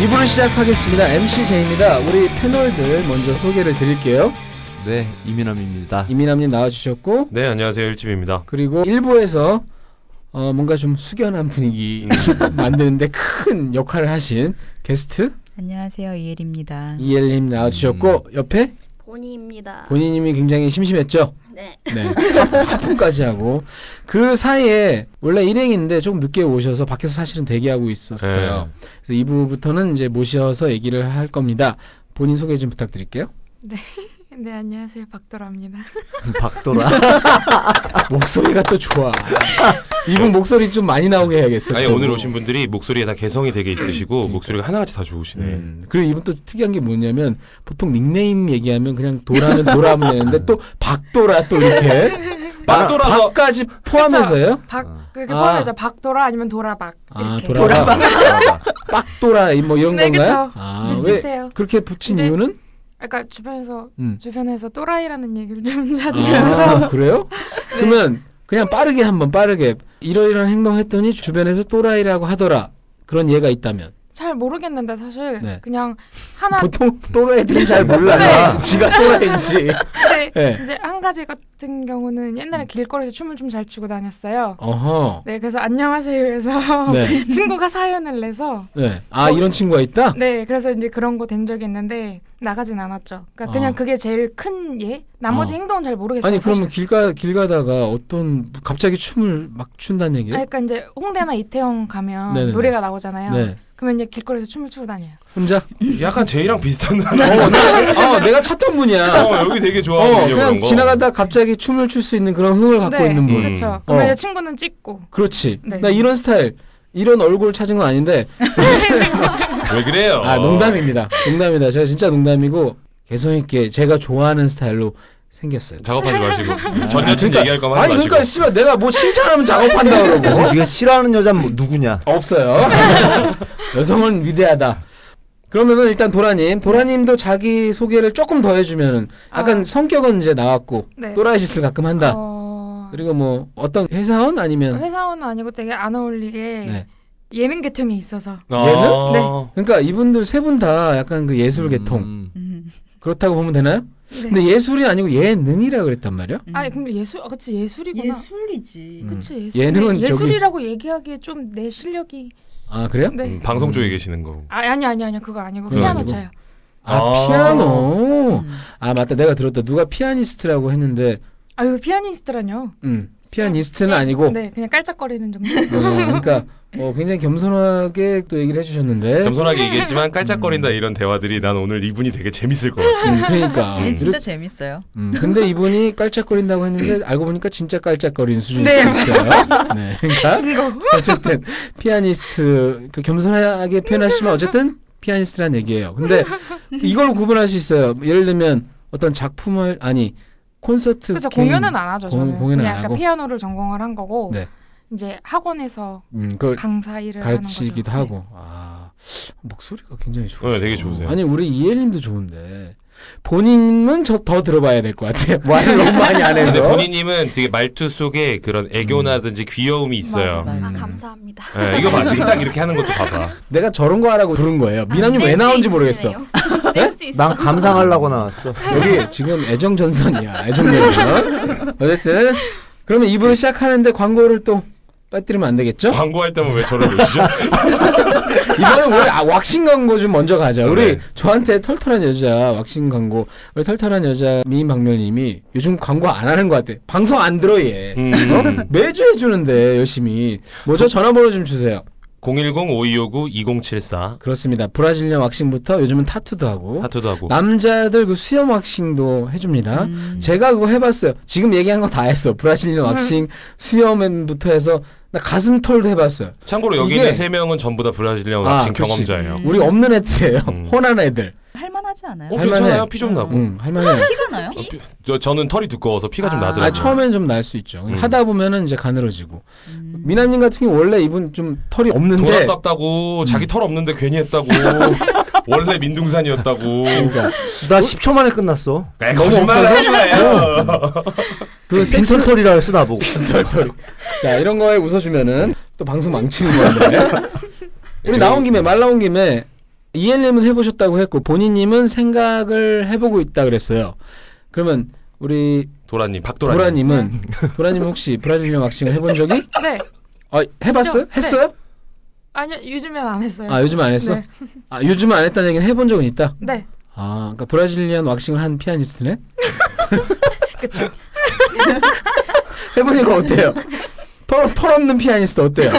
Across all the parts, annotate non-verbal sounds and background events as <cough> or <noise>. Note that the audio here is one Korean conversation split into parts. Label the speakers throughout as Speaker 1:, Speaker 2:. Speaker 1: 이부를 시작하겠습니다. MC 제입니다. 우리 패널들 먼저 소개를 드릴게요.
Speaker 2: 네, 이민함입니다.
Speaker 1: 이민함님 나와주셨고
Speaker 3: 네, 안녕하세요. 일집입니다.
Speaker 1: 그리고 1부에서 어, 뭔가 좀 숙연한 분위기 만드는데 큰 역할을 하신 게스트
Speaker 4: 안녕하세요 이엘입니다.
Speaker 1: 이엘님 나와주셨고 옆에
Speaker 5: 본이입니다.
Speaker 1: 본인님이 굉장히 심심했죠.
Speaker 5: 네.
Speaker 1: 네. 하품까지 하고 그 사이에 원래 일행인데 조금 늦게 오셔서 밖에서 사실은 대기하고 있었어요. 그래서 2부부터는 이제 모셔서 얘기를 할 겁니다. 본인 소개 좀 부탁드릴게요.
Speaker 6: 네 안녕하세요 박도라입니다.
Speaker 1: 아.
Speaker 2: 그 박도라.
Speaker 1: <laughs> 목소리가 또 좋아. <laughs> 이분 목소리 좀 많이 나오게 해야겠어.
Speaker 3: 아니
Speaker 1: 또.
Speaker 3: 오늘 오신 분들이 목소리에 다 개성이 되게 있으시고
Speaker 7: 음.
Speaker 3: 목소리가 하나같이 다 좋으시네.
Speaker 1: 음, 그리고 이분 또 특이한 게 뭐냐면 보통 닉네임 얘기하면 그냥 도라면 도라면 되는데 또 박도라 또 이렇게 아,
Speaker 3: 박도라서-
Speaker 1: 박- 박까지 포함해서요.
Speaker 6: 박 그렇게
Speaker 1: 아.
Speaker 6: 포함해서 박도라 아니면 도라박
Speaker 1: 아
Speaker 6: 이렇게
Speaker 1: 도라 박도라 뭐 이런
Speaker 6: 네,
Speaker 1: 건가요?
Speaker 6: 그쵸.
Speaker 1: 아, 왜
Speaker 6: 비슷비슷해요.
Speaker 1: 그렇게 붙인
Speaker 6: 근데-
Speaker 1: 이유는?
Speaker 6: 그러니까 주변에서
Speaker 1: 음.
Speaker 6: 주변에서 또라이라는 얘기를 좀 자주 들어서
Speaker 1: 아, 그래요? 그러면 그냥 빠르게 한번 빠르게 이러이러한 행동했더니 주변에서 또라이라고 하더라. 그런 예가 있다면
Speaker 6: 잘 모르겠는데 사실
Speaker 1: 네.
Speaker 6: 그냥 하나
Speaker 1: 보통 또라이들은 잘 몰라. <laughs>
Speaker 6: <laughs>
Speaker 1: 지가 또라이인지.
Speaker 6: 근데
Speaker 1: <laughs> 네.
Speaker 6: 이제 한 가지 같은 경우는 옛날에 길거리에서 춤을 좀 잘 추고 다녔어요.
Speaker 1: 어허.
Speaker 6: 네 그래서 안녕하세요에서
Speaker 1: 네.
Speaker 6: <laughs> 친구가 사연을 내서
Speaker 1: 네. 아 이런 친구가 있다?
Speaker 6: 네 그래서 이제 그런 거 된 적이 있는데 나가진 않았죠. 그러니까
Speaker 1: 아.
Speaker 6: 그냥 그게 제일 큰 예. 나머지
Speaker 1: 어.
Speaker 6: 행동은 잘 모르겠어요.
Speaker 1: 아니
Speaker 6: 사실.
Speaker 1: 그러면 길가 길 가다가 어떤 갑자기 춤을 막 춘다는 얘기예요?
Speaker 6: 아니, 그러니까 이제 홍대나 이태원 가면
Speaker 1: 네네네.
Speaker 6: 노래가 나오잖아요.
Speaker 1: 네.
Speaker 6: 그러면 이제 길거리에서 춤을 추고 다녀요.
Speaker 1: 혼자?
Speaker 3: <laughs> 약간 제이랑 비슷한 단어.
Speaker 1: 어, 나, 어 내가 찾던 분이야.
Speaker 3: 어, 여기 되게
Speaker 1: 어,
Speaker 3: 좋아하거든요. 그런
Speaker 1: 그냥
Speaker 3: 거.
Speaker 1: 지나가다 갑자기 춤을 출 수 있는 그런 흥을 갖고
Speaker 6: 네,
Speaker 1: 있는 분.
Speaker 3: 음.
Speaker 6: 그렇죠. 그러면
Speaker 1: 어.
Speaker 6: 이제 친구는 찍고.
Speaker 1: 그렇지.
Speaker 6: 네.
Speaker 1: 나 이런 스타일, 이런 얼굴 찾은 건 아닌데.
Speaker 3: 왜 그래요?
Speaker 1: 아, 농담입니다. 농담이다. 제가 진짜 농담이고, 개성있게 제가 좋아하는 스타일로 생겼어요. <laughs>
Speaker 3: 작업하지 마시고 전 여친 얘기할 거만 하지
Speaker 1: 아니,
Speaker 3: 마시고.
Speaker 1: 그러니까, 씨발, 내가 뭐 칭찬하면 작업한다 그러고.
Speaker 2: 네가 싫어하는 여자 뭐 누구냐?
Speaker 1: 없어요. <laughs> 여성은 위대하다. 그러면은 일단 도라님, 도라님도 자기 소개를 조금 더 해주면은, 약간
Speaker 6: 아.
Speaker 1: 성격은 이제 나왔고,
Speaker 6: 네.
Speaker 1: 또라이 짓을 가끔 한다.
Speaker 6: 어...
Speaker 1: 그리고 뭐, 어떤 회사원 아니면,
Speaker 6: 회사원은 아니고 되게 안 어울리게
Speaker 1: 네.
Speaker 6: 예능 계통이 있어서.
Speaker 3: 아,
Speaker 1: 그러니까 이분들 세 분 다 약간 그 예술 계통.
Speaker 2: 음.
Speaker 4: 음.
Speaker 1: 그렇다고 보면 되나요?
Speaker 6: 네.
Speaker 1: 근데 예술이 아니고 예능이라 그랬단 말이야?
Speaker 6: 아니 근데 예술, 아, 그치 예술이구나.
Speaker 4: 예술이지.
Speaker 1: 음.
Speaker 6: 그치 예술.
Speaker 1: 예능은 저기-
Speaker 6: 예술이라고 얘기하기에 좀 내 실력이.
Speaker 1: 아 그래요?
Speaker 6: 네.
Speaker 3: 음, 방송 쪽에 계시는 거.
Speaker 6: 아, 아니 아니 아니 그거 아니고
Speaker 1: 그거
Speaker 6: 피아노
Speaker 1: 아니고?
Speaker 6: 쳐요.
Speaker 1: 아,
Speaker 3: 아.
Speaker 1: 피아노.
Speaker 6: 음.
Speaker 1: 아 맞다 내가 들었다 누가 피아니스트라고 했는데
Speaker 6: 아 이거 피아니스트라뇨.
Speaker 1: 음 피아니스트는 아니고
Speaker 6: 네 그냥 깔짝거리는 정도. <laughs>
Speaker 1: 어, 그러니까 어, 굉장히 겸손하게 또 얘기를 해주셨는데
Speaker 3: 겸손하게 얘기했지만 깔짝거린다 이런 대화들이 난 오늘 이분이 되게 재밌을 것 같아.
Speaker 1: 음,
Speaker 6: <laughs>
Speaker 1: 그러니까
Speaker 4: 이게 진짜
Speaker 1: 이렇-
Speaker 4: 재밌어요.
Speaker 1: 음, 근데 이분이 깔짝거린다고 했는데 알고 보니까 진짜 깔짝거리는 수준일
Speaker 6: 음. 네.
Speaker 1: 수 있어요. 네, 그러니까 어쨌든 피아니스트 그 겸손하게 표현하시면 어쨌든 피아니스트란 얘기예요. 근데 이걸 구분할 수 있어요. 예를 들면 어떤 작품을 아니 콘서트
Speaker 6: 그쵸
Speaker 1: 개인-
Speaker 6: 공연은 안 하죠.
Speaker 1: 공-
Speaker 6: 저는
Speaker 1: 공연은 안
Speaker 6: 그냥
Speaker 1: 하고?
Speaker 6: 약간 피아노를 전공을 한 거고
Speaker 1: 네.
Speaker 6: 이제 학원에서
Speaker 1: 음, 그
Speaker 6: 강사 일을
Speaker 1: 가르치기도
Speaker 6: 하는 네.
Speaker 1: 하고 아 목소리가 굉장히 좋아요.
Speaker 3: 네, 되게 좋으세요.
Speaker 1: 아니 우리 이엘님도 좋은데 본인은 저 더 들어봐야 될 것 같아요. <laughs> 말을 너무 많이 안
Speaker 3: 근데
Speaker 1: 해서.
Speaker 3: 본인님은 되게 말투 속에 그런 애교나든지 귀여움이 있어요.
Speaker 4: 맞아, 맞아.
Speaker 5: 아
Speaker 1: 음.
Speaker 5: 감사합니다.
Speaker 3: 예, 이거 봐 지금 딱 이렇게 하는 것도 봐봐.
Speaker 1: 내가 저런 거 하라고 부른 거예요. 미남이
Speaker 5: 네,
Speaker 1: 왜 나온지 모르겠어.
Speaker 5: 센스 있어.
Speaker 2: 난 감상하려고 나왔어.
Speaker 1: 여기 지금 애정 전선이야. 애정 전선. 어쨌든 그러면 입으로 시작하는데 광고를 또 빠뜨리면 안 되겠죠?
Speaker 3: 광고할 때면 왜 저를
Speaker 1: <laughs>
Speaker 3: 보시죠?
Speaker 1: 이번엔 우리 아, 왁싱 광고 좀 먼저 가자. 우리
Speaker 3: 네.
Speaker 1: 저한테 털털한 여자 왁싱 광고. 우리 털털한 여자 미인 박멸님이 요즘 광고 안 하는 것 같아. 방송 안 들어 얘.
Speaker 3: 음.
Speaker 1: 매주 해주는데 열심히. 뭐죠? 전화번호 좀 주세요.
Speaker 3: 010-5259-2074
Speaker 1: 그렇습니다. 브라질리아 왁싱부터 요즘은 타투도 하고
Speaker 3: 타투도 하고
Speaker 1: 남자들 그 수염 왁싱도 해줍니다. 제가 그거 해봤어요. 지금 얘기한 거 다 했어. 브라질리아 왁싱, 수염엔부터 해서 나 가슴털도 해봤어요.
Speaker 3: 참고로
Speaker 1: 이게-
Speaker 3: 여기 있는 세 명은 전부 다 브라질리아운
Speaker 1: 아,
Speaker 3: 낚시
Speaker 1: 그치.
Speaker 3: 경험자예요.
Speaker 1: 우리 없는 애들이에요.
Speaker 3: 음.
Speaker 1: <laughs> 혼한 애들.
Speaker 4: 할만하지 않아요?
Speaker 3: 어,
Speaker 1: 할만해.
Speaker 3: 괜찮아요. 피 좀 나고.
Speaker 1: 음, 할만해.
Speaker 4: 피가 나요?
Speaker 3: 피- 저, 저는 털이 두꺼워서 피가 좀
Speaker 4: 아.
Speaker 3: 나더라고요.
Speaker 1: 아, 처음엔 좀 날 수 있죠.
Speaker 3: 음.
Speaker 1: 하다 보면은 이제 가늘어지고.
Speaker 4: 음.
Speaker 1: 미남님 같은 경우 원래 이분 좀 털이
Speaker 3: 돈
Speaker 1: <laughs> 없는데. 음.
Speaker 3: 아깝다고 자기 털 없는데
Speaker 1: <laughs>
Speaker 3: 괜히 했다고 원래 민둥산이었다고
Speaker 1: 그러니까
Speaker 2: 나 10초 만에 끝났어.
Speaker 3: 에, 거짓말 하지
Speaker 1: 어.
Speaker 3: 마요
Speaker 1: 그 섹스
Speaker 2: 빈털털이라 했어 나보고.
Speaker 1: 자 이런 거에 웃어주면은 또 방송 망치는 건데
Speaker 3: 네.
Speaker 1: 우리 나온 김에 말 나온 김에 이엘님은 해보셨다고 했고 본인님은 생각을 해보고 있다 그랬어요. 그러면 우리
Speaker 3: 도라님 박도라님
Speaker 1: 도라님은
Speaker 3: <laughs>
Speaker 1: 도라님 혹시 브라질리아 왁싱을 해본 적이?
Speaker 6: 네.
Speaker 1: 아 해봤어요?
Speaker 6: 네.
Speaker 1: 했어요?
Speaker 6: 아니요, 요즘엔 안 했어요.
Speaker 1: 아 요즘 안 했어?
Speaker 6: 네.
Speaker 1: 아 요즘은 안 했다는 얘기는 해본 적은 있다.
Speaker 6: 네.
Speaker 1: 아 그러니까 브라질리안 왁싱을 한 피아니스트네.
Speaker 6: <laughs> 그쵸.
Speaker 1: <laughs> 해보니까 어때요? 털, 털 없는 피아니스트 어때요?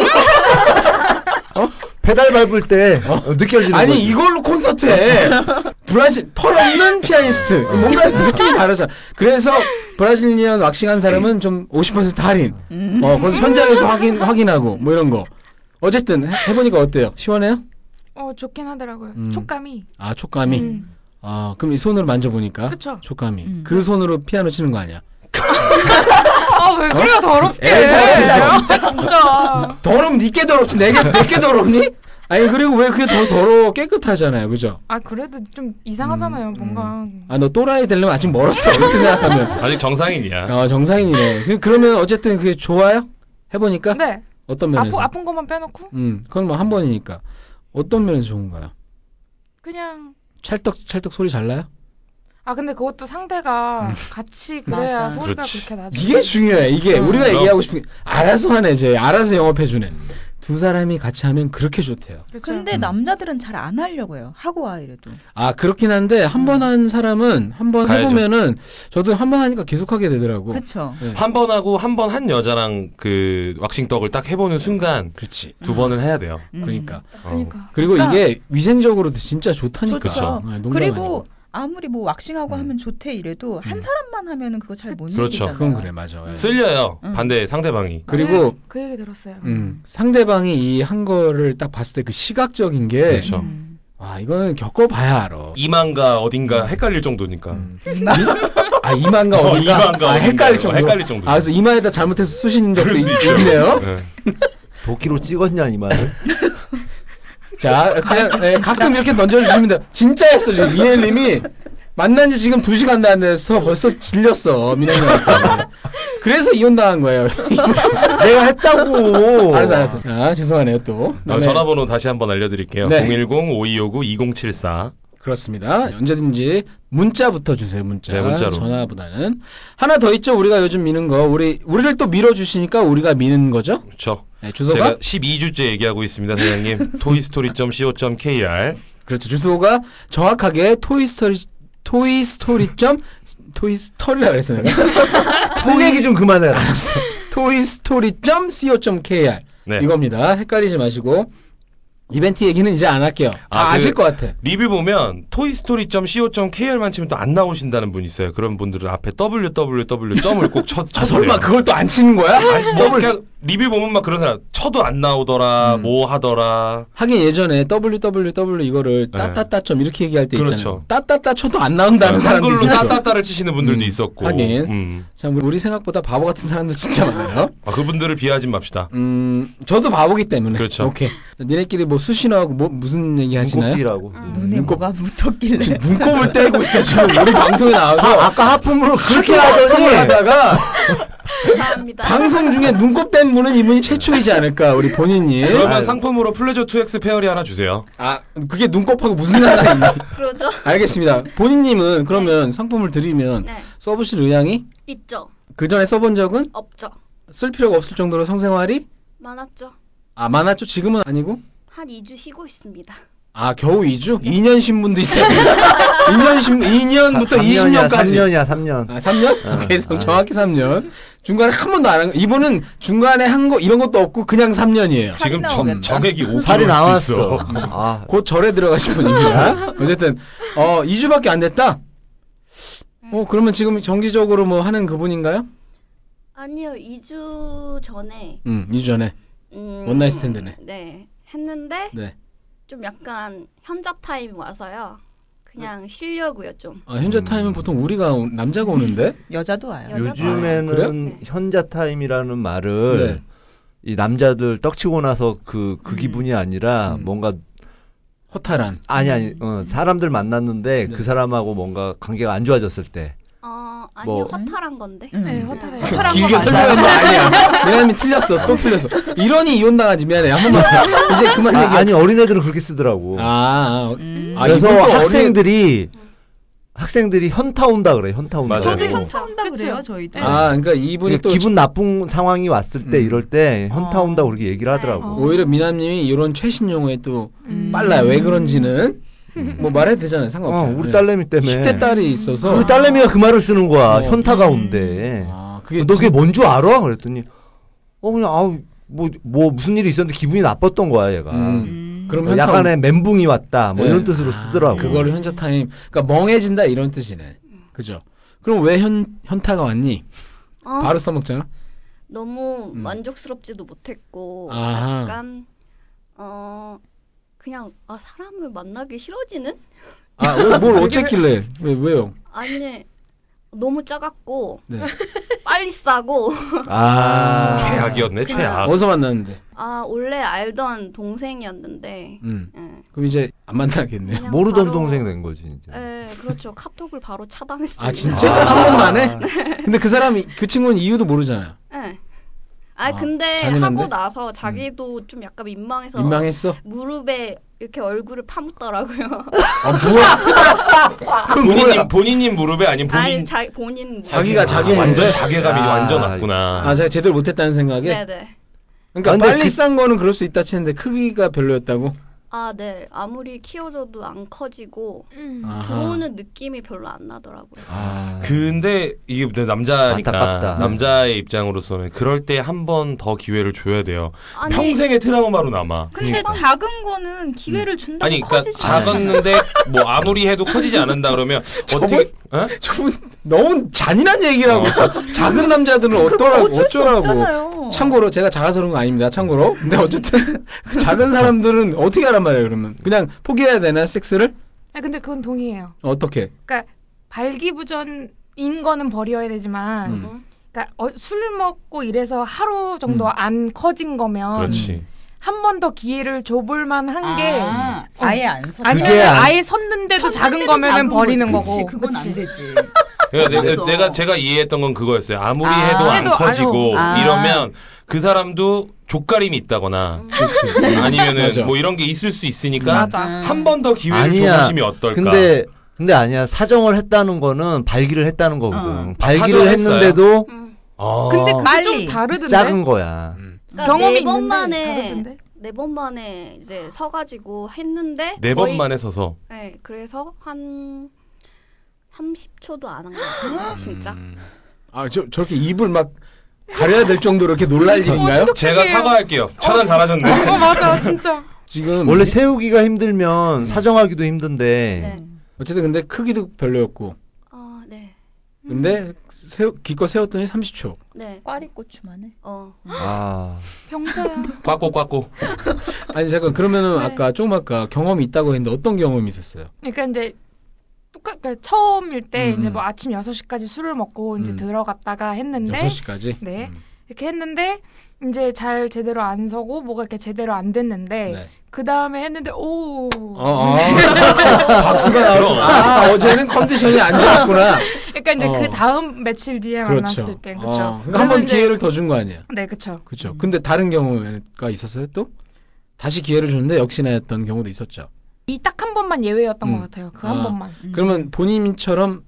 Speaker 2: 페달 밟을 때 어, 느껴지는
Speaker 1: 아니
Speaker 2: 거지.
Speaker 1: 이걸로 <laughs> 콘서트에 브라질 털 없는 피아니스트 뭔가 느낌이 다르잖아. 그래서 브라질리언 왁싱한 사람은 좀 50% 할인. 어, 그래서 현장에서 확인 확인하고 뭐 이런 거. 어쨌든 해, 해보니까 어때요? 시원해요?
Speaker 6: 어, 좋긴 하더라고요.
Speaker 1: 음.
Speaker 6: 촉감이.
Speaker 1: 아 촉감이.
Speaker 6: 음.
Speaker 1: 아 그럼 이 손으로 만져보니까
Speaker 6: 그쵸.
Speaker 1: 촉감이.
Speaker 4: 음.
Speaker 1: 그 손으로 피아노 치는 거 아니야?
Speaker 6: 아, 왜 그래요? 더럽게.
Speaker 1: 어?
Speaker 6: 네.
Speaker 1: 에이, 더러워,
Speaker 6: 진짜. 진짜.
Speaker 1: 더럽 니께 더럽지 내게 내게 더럽니? 아니 그리고 왜 그게 더 더러워 깨끗하잖아요, 그죠?
Speaker 6: 아, 그래도 좀 이상하잖아요, 뭔가.
Speaker 1: 아 너 또라이 되려면 아직 멀었어 이렇게 생각하면.
Speaker 3: 아직 정상인이야
Speaker 1: 아 정상인이네. 그- 그러면 어쨌든 그게 좋아요? 해보니까
Speaker 6: 네.
Speaker 1: 어떤 면에서?
Speaker 6: 아프, 아픈 것만 빼놓고,
Speaker 1: 음, 그건 뭐 한 번이니까 어떤 면에서 좋은가요?
Speaker 6: 그냥.
Speaker 1: 찰떡 찰떡 소리 잘 나요?
Speaker 6: 아, 근데 그것도 상대가 같이 그래야
Speaker 4: 맞아.
Speaker 6: 소리가
Speaker 3: 그렇지.
Speaker 6: 그렇게 나죠.
Speaker 1: 음. 이게 중요해. 이게
Speaker 4: 음.
Speaker 1: 우리가
Speaker 3: 그럼.
Speaker 1: 얘기하고 싶은 게 알아서 하네, 쟤. 알아서 영업해 주네. 두 사람이 같이 하면 그렇게 좋대요.
Speaker 6: 그렇죠.
Speaker 4: 근데 남자들은 잘 안 하려고 해요. 하고 와 이래도.
Speaker 1: 아 그렇긴 한데 한 번 한 사람은 한 번
Speaker 3: 가야죠.
Speaker 1: 해보면은 저도 한 번 하니까 계속하게 되더라고.
Speaker 4: 그렇죠.
Speaker 3: 한 번 하고 한 번 한 여자랑 그 왁싱떡을 딱 해보는 순간
Speaker 1: 그렇지.
Speaker 3: 두 번은 해야 돼요
Speaker 4: 음.
Speaker 1: 그러니까
Speaker 3: 어.
Speaker 6: 그러니까.
Speaker 1: 그리고
Speaker 4: 그러니까-
Speaker 1: 이게 위생적으로도 진짜 좋다니까.
Speaker 4: 좋죠.
Speaker 1: 네, 농담 아니고.
Speaker 4: 그리고 아무리 뭐 왁싱하고
Speaker 1: 음.
Speaker 4: 하면 좋대 이래도 한
Speaker 1: 음.
Speaker 4: 사람만 하면은 그거 잘 못
Speaker 3: 그렇죠.
Speaker 4: 이기잖아요.
Speaker 1: 그건 그래 맞아. 예.
Speaker 3: 쓸려요
Speaker 4: 음.
Speaker 3: 반대 상대방이
Speaker 1: 그리고
Speaker 6: 그, 그 얘기 들었어요.
Speaker 1: 음, 상대방이 이 한 거를 딱 봤을 때 그 시각적인 게,
Speaker 3: 그렇죠
Speaker 4: 음.
Speaker 1: 와, 이거는 겪어봐야 알아.
Speaker 3: 이만가 어딘가 헷갈릴 정도니까
Speaker 1: 음. 아, 이만가
Speaker 3: 어,
Speaker 1: 어딘가?
Speaker 3: 이만가
Speaker 1: 아, 헷갈릴 정도.
Speaker 3: 헷갈릴 정도
Speaker 1: 아, 그래서 이마에다 잘못해서 쑤신 적도
Speaker 3: 그럴
Speaker 1: 있,
Speaker 3: 수 있죠.
Speaker 1: 네요
Speaker 3: 네.
Speaker 2: 도끼로 찍었냐 이 말을.
Speaker 1: 자, 그냥 예, 가끔 이렇게 던져주시면 돼요. 진짜였어, 지금. 이혜님이 만난 지 지금 두시간도안 돼서 벌써 질렸어,
Speaker 3: <laughs>
Speaker 1: 미남님한테. 그래서 이혼당한 거예요.
Speaker 2: 내가 했다고.
Speaker 1: 알았어, 알았어. 아, 죄송하네요, 또.
Speaker 3: 어,
Speaker 1: 남의-
Speaker 3: 전화번호 다시 한번 알려드릴게요
Speaker 1: 네.
Speaker 3: 010-5259-2074
Speaker 1: 그렇습니다. 언제든지 문자부터 주세요. 문자.
Speaker 3: 네, 문자로.
Speaker 1: 전화보다는 하나 더 있죠. 우리가 요즘 미는 거. 우리 우리를 또 밀어 주시니까 우리가 미는 거죠.
Speaker 3: 그렇죠
Speaker 1: 네, 주소가
Speaker 3: 제가 12주째 얘기하고
Speaker 1: <laughs>
Speaker 3: 있습니다 사장님 toystory.co.kr
Speaker 1: 그렇죠. 주소가 정확하게 토이스토리 토이스토리 점 토이스토리라 그랬어 <laughs> 내가.
Speaker 2: 통 얘기 좀 그만해라.
Speaker 1: 토이스토리 점 co 점 kr
Speaker 3: 네.
Speaker 1: 이겁니다. 헷갈리지 마시고 이벤트 얘기는 이제 안 할게요. 다
Speaker 3: 아,
Speaker 1: 아,
Speaker 3: 그-
Speaker 1: 실것
Speaker 3: <laughs>
Speaker 1: 같아.
Speaker 3: 리뷰 보면 toystory.co.kr만 치면 또 안 나오신다는 분 있어요. 그런 분들은 앞에 www 점을 꼭 쳐,
Speaker 1: 아,
Speaker 3: 쳐서
Speaker 1: 설마 그걸 또 안 치는 거야?
Speaker 3: 뭐 그냥 리뷰 보면 막 그런 사람 쳐도 안 나오더라,
Speaker 1: 음.
Speaker 3: 뭐 하더라.
Speaker 1: 하긴 예전에 www 이거를
Speaker 3: 네.
Speaker 1: 따따따 점 이렇게 얘기할 때
Speaker 3: 그렇죠. 네,
Speaker 1: 있잖아요. 따따따 쳐도 안 나온다는 사람도
Speaker 3: 한글로 그렇죠.
Speaker 1: 있었어.
Speaker 3: 따따따를 치시는 분들도
Speaker 1: 음,
Speaker 3: 있었고.
Speaker 1: 하긴.
Speaker 3: 음.
Speaker 7: 뭐
Speaker 1: 참 우리 생각보다 바보 같은 사람들 진짜 많아요.
Speaker 3: 아, 그분들을 비하하지 맙시다.
Speaker 1: 음, 저도 바보기 때문에.
Speaker 3: 그렇죠.
Speaker 1: 오케이. 니네끼리 뭐 수신어하고 뭐 무슨 얘기 하시나요? 음.
Speaker 2: 눈곱이라고. 음.
Speaker 4: 눈에
Speaker 1: 눈곱-
Speaker 4: 뭐가 묻었길래.
Speaker 1: 지금 눈곱을 떼고 있어 지금 우리 방송에
Speaker 2: 아,
Speaker 1: 나와서
Speaker 2: 아까 하품으로 그렇게
Speaker 3: 아,
Speaker 1: 하품을
Speaker 2: 하더니
Speaker 1: 하다가
Speaker 5: 감사합니다.
Speaker 1: 방송 중에 눈곱 뗀 분은 이분이 최초이지 않을까 우리 본인이.
Speaker 3: 그러면 상품으로 플레저 2X 페어리 하나 주세요.
Speaker 1: 아 그게 눈곱하고 무슨 상관이 있니?
Speaker 5: 그러죠?
Speaker 1: 알겠습니다. 본인님은 그러면 상품을 드리면
Speaker 5: 네.
Speaker 1: 써보실 의향이
Speaker 5: 있죠?
Speaker 1: 그 전에 써본 적은
Speaker 5: 없죠?
Speaker 1: 쓸 필요가 없을 정도로 성생활이
Speaker 5: 많았죠?
Speaker 1: 아 많았죠 지금은 아니고
Speaker 5: 한 2주 쉬고 있습니다.
Speaker 1: 아 겨우 2주 2년 신분도 있어요 2년 신 2년부터 20년까지
Speaker 2: 3년이야 3년.
Speaker 1: 아 3년
Speaker 2: 아,
Speaker 1: 오케이 정-
Speaker 2: 아.
Speaker 1: 정확히 3년 중간에 한 번도 안한 이분은 중간에 한 거 이런 것도 없고 그냥 3년이에요
Speaker 4: 살이
Speaker 3: 지금
Speaker 4: 나오겠다.
Speaker 3: 정, 정액이 5
Speaker 2: 살이 나왔어. 아
Speaker 1: 곧 절에 들어가신 분입니다 어쨌든 어 2주밖에 안 됐다 어 그러면 지금 정기적으로 뭐 하는 그분인가요
Speaker 5: 아니요, 2주 전에
Speaker 7: 음, 2주 전에.
Speaker 5: 음,
Speaker 7: 원나잇 스탠드네.
Speaker 5: 네, 했는데
Speaker 7: 네.
Speaker 5: 좀 약간 현잡 타임 와서요.
Speaker 7: 네.
Speaker 5: 그냥 쉬려고요, 좀.
Speaker 7: 아, 현재
Speaker 3: 음.
Speaker 7: 타임은 보통 우리가 오- 남자가 오는데.
Speaker 4: <laughs> 여자도 와요.
Speaker 5: 여자가
Speaker 2: 요즘에는
Speaker 7: 아,
Speaker 5: 그래요?
Speaker 2: 현자 타임이라는
Speaker 7: 네.
Speaker 2: 말을 이 남자들 떡치고 나서 그, 그
Speaker 4: 음.
Speaker 2: 기분이 아니라
Speaker 7: 음.
Speaker 2: 뭔가 <laughs>
Speaker 7: 호탈한.
Speaker 2: 아니 아니
Speaker 4: 음.
Speaker 2: 어, 사람들 만났는데
Speaker 7: 네.
Speaker 2: 그 사람하고 뭔가 관계가 안 좋아졌을 때
Speaker 5: 어, 아니요,
Speaker 2: 뭐.
Speaker 5: 허탈한 건데.
Speaker 4: 음.
Speaker 6: 네, 허탈해요.
Speaker 1: <laughs>
Speaker 4: 허탈한 거
Speaker 7: 어, 길게
Speaker 4: 맞아요. 음.
Speaker 7: 설명한 거 아니야. 왜냐면 틀렸어. 또 틀렸어. 이러니 이혼 당하지 미안해. 한 번만 더. 이제 그만
Speaker 2: 아,
Speaker 7: 얘기해.
Speaker 2: 아니 어린애들은 그렇게 쓰더라고
Speaker 7: 아,
Speaker 4: 음.
Speaker 7: 아,
Speaker 2: 그래서
Speaker 7: 이분 또 어린-
Speaker 2: 학생들이 학생들이 현타 온다 그래 현타 온다 그러니까
Speaker 3: 맞아요.
Speaker 4: 저도
Speaker 3: 어.
Speaker 4: 현타 온다
Speaker 6: 그쵸?
Speaker 4: 그래요. 저희도.
Speaker 6: 네.
Speaker 7: 아, 그러니까 이분이 또
Speaker 2: 기분 나쁜 상황이 왔을 때
Speaker 7: 음.
Speaker 2: 이럴 때 현타
Speaker 4: 어.
Speaker 2: 온다고 그렇게 얘기를 하더라고
Speaker 6: 어.
Speaker 7: 오히려 미남님이 이런 최신 용어에 또
Speaker 6: 음.
Speaker 7: 빨라요. 왜 그런지는
Speaker 2: 음.
Speaker 7: 뭐 말해도 되잖아요. 상관없어요. 네.
Speaker 2: 어, 우리 딸내미 때문에
Speaker 7: 10대 딸이 있어서
Speaker 2: 우리 딸내미가 그 말을 쓰는 거야
Speaker 7: 어.
Speaker 2: 현타가
Speaker 4: 음.
Speaker 2: 온대
Speaker 7: 아, 그게
Speaker 2: 너 그게 뭔 줄 알아? 그랬더니 어 그냥 아우 뭐, 뭐 무슨 일이 있었는데 기분이 나빴던 거야 얘가
Speaker 7: 음.
Speaker 4: 음.
Speaker 7: 그럼 현타
Speaker 2: 뭐 약간의 멘붕이 왔다 뭐
Speaker 7: 네.
Speaker 2: 이런 뜻으로
Speaker 3: 아,
Speaker 2: 쓰더라고
Speaker 7: 그거를 현자 타임 그러니까 멍해진다 이런 뜻이네. 그죠? 그럼 왜 현 현타가 왔니?
Speaker 5: 어,
Speaker 7: 바로 써먹잖아.
Speaker 5: 너무
Speaker 7: 음.
Speaker 5: 만족스럽지도 못했고
Speaker 7: 아하.
Speaker 5: 약간 어 그냥 아 사람을 만나기 싫어지는?
Speaker 7: 아, 뭘 어쨌길래? 왜 왜요?
Speaker 5: 아니 너무 작았고
Speaker 7: 네.
Speaker 5: <laughs> 빨리 싸고
Speaker 2: 아
Speaker 3: 최악이었네 최악.
Speaker 7: 어디서 만났는데?
Speaker 5: 아 원래 알던 동생이었는데
Speaker 7: 음.
Speaker 5: 예,
Speaker 7: 그럼 이제 안 만나겠네요.
Speaker 5: 그냥
Speaker 2: 모르던
Speaker 5: 바로-
Speaker 2: 동생 된 거지 이제
Speaker 5: 예 그렇죠 카톡을 바로 차단했어요
Speaker 7: 아, 진짜? 한 번만 해?
Speaker 2: 아.
Speaker 7: 근데 그 사람이 그 친구는 이유도 모르잖아요.
Speaker 5: 예. 아,
Speaker 7: 아,
Speaker 5: 근데
Speaker 7: 잔인한데? 음.
Speaker 5: 하고 나서 자기도 좀 약간 민망해서
Speaker 7: 민망했어?
Speaker 5: 무릎에 이렇게 얼굴을 파묻더라고요
Speaker 7: 아, 뭐야?
Speaker 2: 그
Speaker 3: 본인님 본인님 무릎에 아닌 본인
Speaker 5: <laughs> 아니 자 본인 뭐.
Speaker 7: 자기가 자기
Speaker 3: 아,
Speaker 7: 먼저?
Speaker 3: 완전 자괴감이
Speaker 2: 네. 아,
Speaker 3: 완전 왔구나.
Speaker 7: 아, 제가 제대로 못했다는 생각에?
Speaker 5: 네네
Speaker 7: 그러니까
Speaker 2: 아, 근데
Speaker 7: 빨리
Speaker 2: 그-
Speaker 7: 싼 거는 그럴 수 있다 치는데 크기가 별로였다고?
Speaker 5: 아네 아무리 키워줘도 안 커지고
Speaker 6: 음.
Speaker 7: 아하.
Speaker 5: 들어오는 느낌이 별로 안 나더라고요
Speaker 2: 아.
Speaker 3: 그 근데 이게 근데 남자니까
Speaker 2: 안타깝다.
Speaker 3: 남자의 입장으로서는 그럴 때 한 번 더 기회를 줘야 돼요.
Speaker 5: 아니
Speaker 3: 평생의 트라우마로 남아. 그러니까.
Speaker 4: 근데 작은 거는 기회를 준다고
Speaker 3: 아니 그러니까
Speaker 4: 커지지 않아요.
Speaker 3: 작았는데 뭐 아무리 해도 커지지 않는다 그러면
Speaker 2: <laughs>
Speaker 3: 어떻게 어?
Speaker 7: 저분 너무 잔인한 얘기를 하고
Speaker 3: 어.
Speaker 7: 있어. 작은 남자들은 어떠라고
Speaker 4: 어쩔 수
Speaker 7: 어쩌라고?
Speaker 4: 없잖아요.
Speaker 7: 참고로 제가 작아서 그런 거 아닙니다. 참고로. 근데 어쨌든 그 작은 사람들은 어떻게 하란 말이에요, 그러면? 그냥 포기해야 되나 섹스를?
Speaker 6: 아, 근데 그건 동의해요.
Speaker 7: 어떻게?
Speaker 6: 발기부전인 거는 버려야 되지만,
Speaker 7: 음.
Speaker 6: 그러니까 어, 술 먹고 이래서 하루 정도
Speaker 7: 음.
Speaker 6: 안 커진
Speaker 2: 아,
Speaker 6: 거면
Speaker 2: 음.
Speaker 3: 그렇지.
Speaker 6: 한 번 더 기회를 줘볼 만한 게 어,
Speaker 4: 아, 아예 안 서.
Speaker 6: 아니면
Speaker 2: 그게 안-
Speaker 6: 아예 섰는데도 작은 거면은 버리는
Speaker 4: 그치,
Speaker 6: 거고.
Speaker 4: 그건 안
Speaker 6: 그치. <laughs>
Speaker 4: 되지.
Speaker 3: 그러니까 내-
Speaker 2: 아,
Speaker 4: 맞았어.
Speaker 3: 내가 제가 이해했던 건 그거였어요. 아무리
Speaker 4: 아.
Speaker 3: 해도 안
Speaker 6: 해도 안
Speaker 3: 커지고
Speaker 4: 아.
Speaker 3: 이러면 그 사람도 족가림이 있다거나
Speaker 7: 맞아.
Speaker 3: 아니면은 뭐 이런 게 있을 수 있으니까
Speaker 6: 맞아.
Speaker 3: 한 번 더 기회를
Speaker 2: 아니야.
Speaker 3: 줘보심이 어떨까?
Speaker 2: 근데 근데 아니야 사정을 했다는 거는 발기를 했다는 거거든
Speaker 4: 어.
Speaker 2: 발기를
Speaker 3: 사정을 했어요?
Speaker 2: 했는데도
Speaker 5: 음.
Speaker 3: 아.
Speaker 6: 근데 그게
Speaker 4: 빨리.
Speaker 6: 좀 다르던데.
Speaker 2: 작은 거야
Speaker 3: 음.
Speaker 5: 그러니까
Speaker 6: 경험이
Speaker 5: 네 번
Speaker 6: 있는데
Speaker 5: 만에
Speaker 6: 다르던데.
Speaker 5: 네 번 만에 이제 서가지고 했는데
Speaker 3: 네
Speaker 5: 거의-
Speaker 3: 번만에 서서
Speaker 5: 네, 그래서 한 30초도 안 한 것 같아요, 진짜.
Speaker 7: 아, 저, 저렇게 입을 막 가려야 될 정도로 이렇게 놀랄 일인가요?
Speaker 3: 제가 사과할게요. 차단
Speaker 6: <laughs>
Speaker 3: 잘하셨네.
Speaker 6: 어 맞아 진짜.
Speaker 7: 지금
Speaker 2: 원래 세우기가
Speaker 3: 음.
Speaker 2: 힘들면 사정하기도 힘든데
Speaker 5: 네.
Speaker 7: 어쨌든 근데 크기도 별로였고.
Speaker 5: 아, 네.
Speaker 7: 근데 세우, 기껏 세웠더니 30초.
Speaker 5: 네.
Speaker 4: 꽈리 고추만 해.
Speaker 5: 어.
Speaker 2: 아
Speaker 6: 병자야.
Speaker 3: 꽉고 꽉고.
Speaker 7: 아니 잠깐 그러면은
Speaker 6: 네.
Speaker 7: 아까 조금 아까 경험이 있다고 했는데 어떤 경험이 있었어요?
Speaker 6: 그러니까 이제 똑같 그러니까 처음일 때
Speaker 7: 음.
Speaker 6: 이제 뭐 아침 6시까지 술을 먹고 이제
Speaker 7: 음.
Speaker 6: 들어갔다가 했는데
Speaker 7: 6시까지?
Speaker 6: 네.
Speaker 7: 음.
Speaker 6: 이렇게 했는데 이제 잘 제대로 안 서고 뭐가 이렇게 제대로 안 됐는데
Speaker 7: 네.
Speaker 6: 그 다음에 했는데 오
Speaker 7: 어, 어. 박수, 박수가 나오죠. 아, 어제는 컨디션이 안 좋았구나.
Speaker 6: 그러니까 이제
Speaker 7: 어.
Speaker 6: 그 다음 며칠 뒤에 만났을
Speaker 7: 그렇죠.
Speaker 6: 때
Speaker 7: 어,
Speaker 6: 그렇죠.
Speaker 7: 그러니까 한번 기회를 더 준 거 아니야.
Speaker 6: 네 그렇죠.
Speaker 7: 그렇죠. 근데 다른 경우가 있었어요, 또? 다시 기회를 줬는데 역시나 했던 경우도 있었죠.
Speaker 6: 이 딱 한 번만 예외였던
Speaker 7: 음.
Speaker 6: 것 같아요. 그 한
Speaker 7: 아.
Speaker 6: 번만.
Speaker 7: 그러면 본인처럼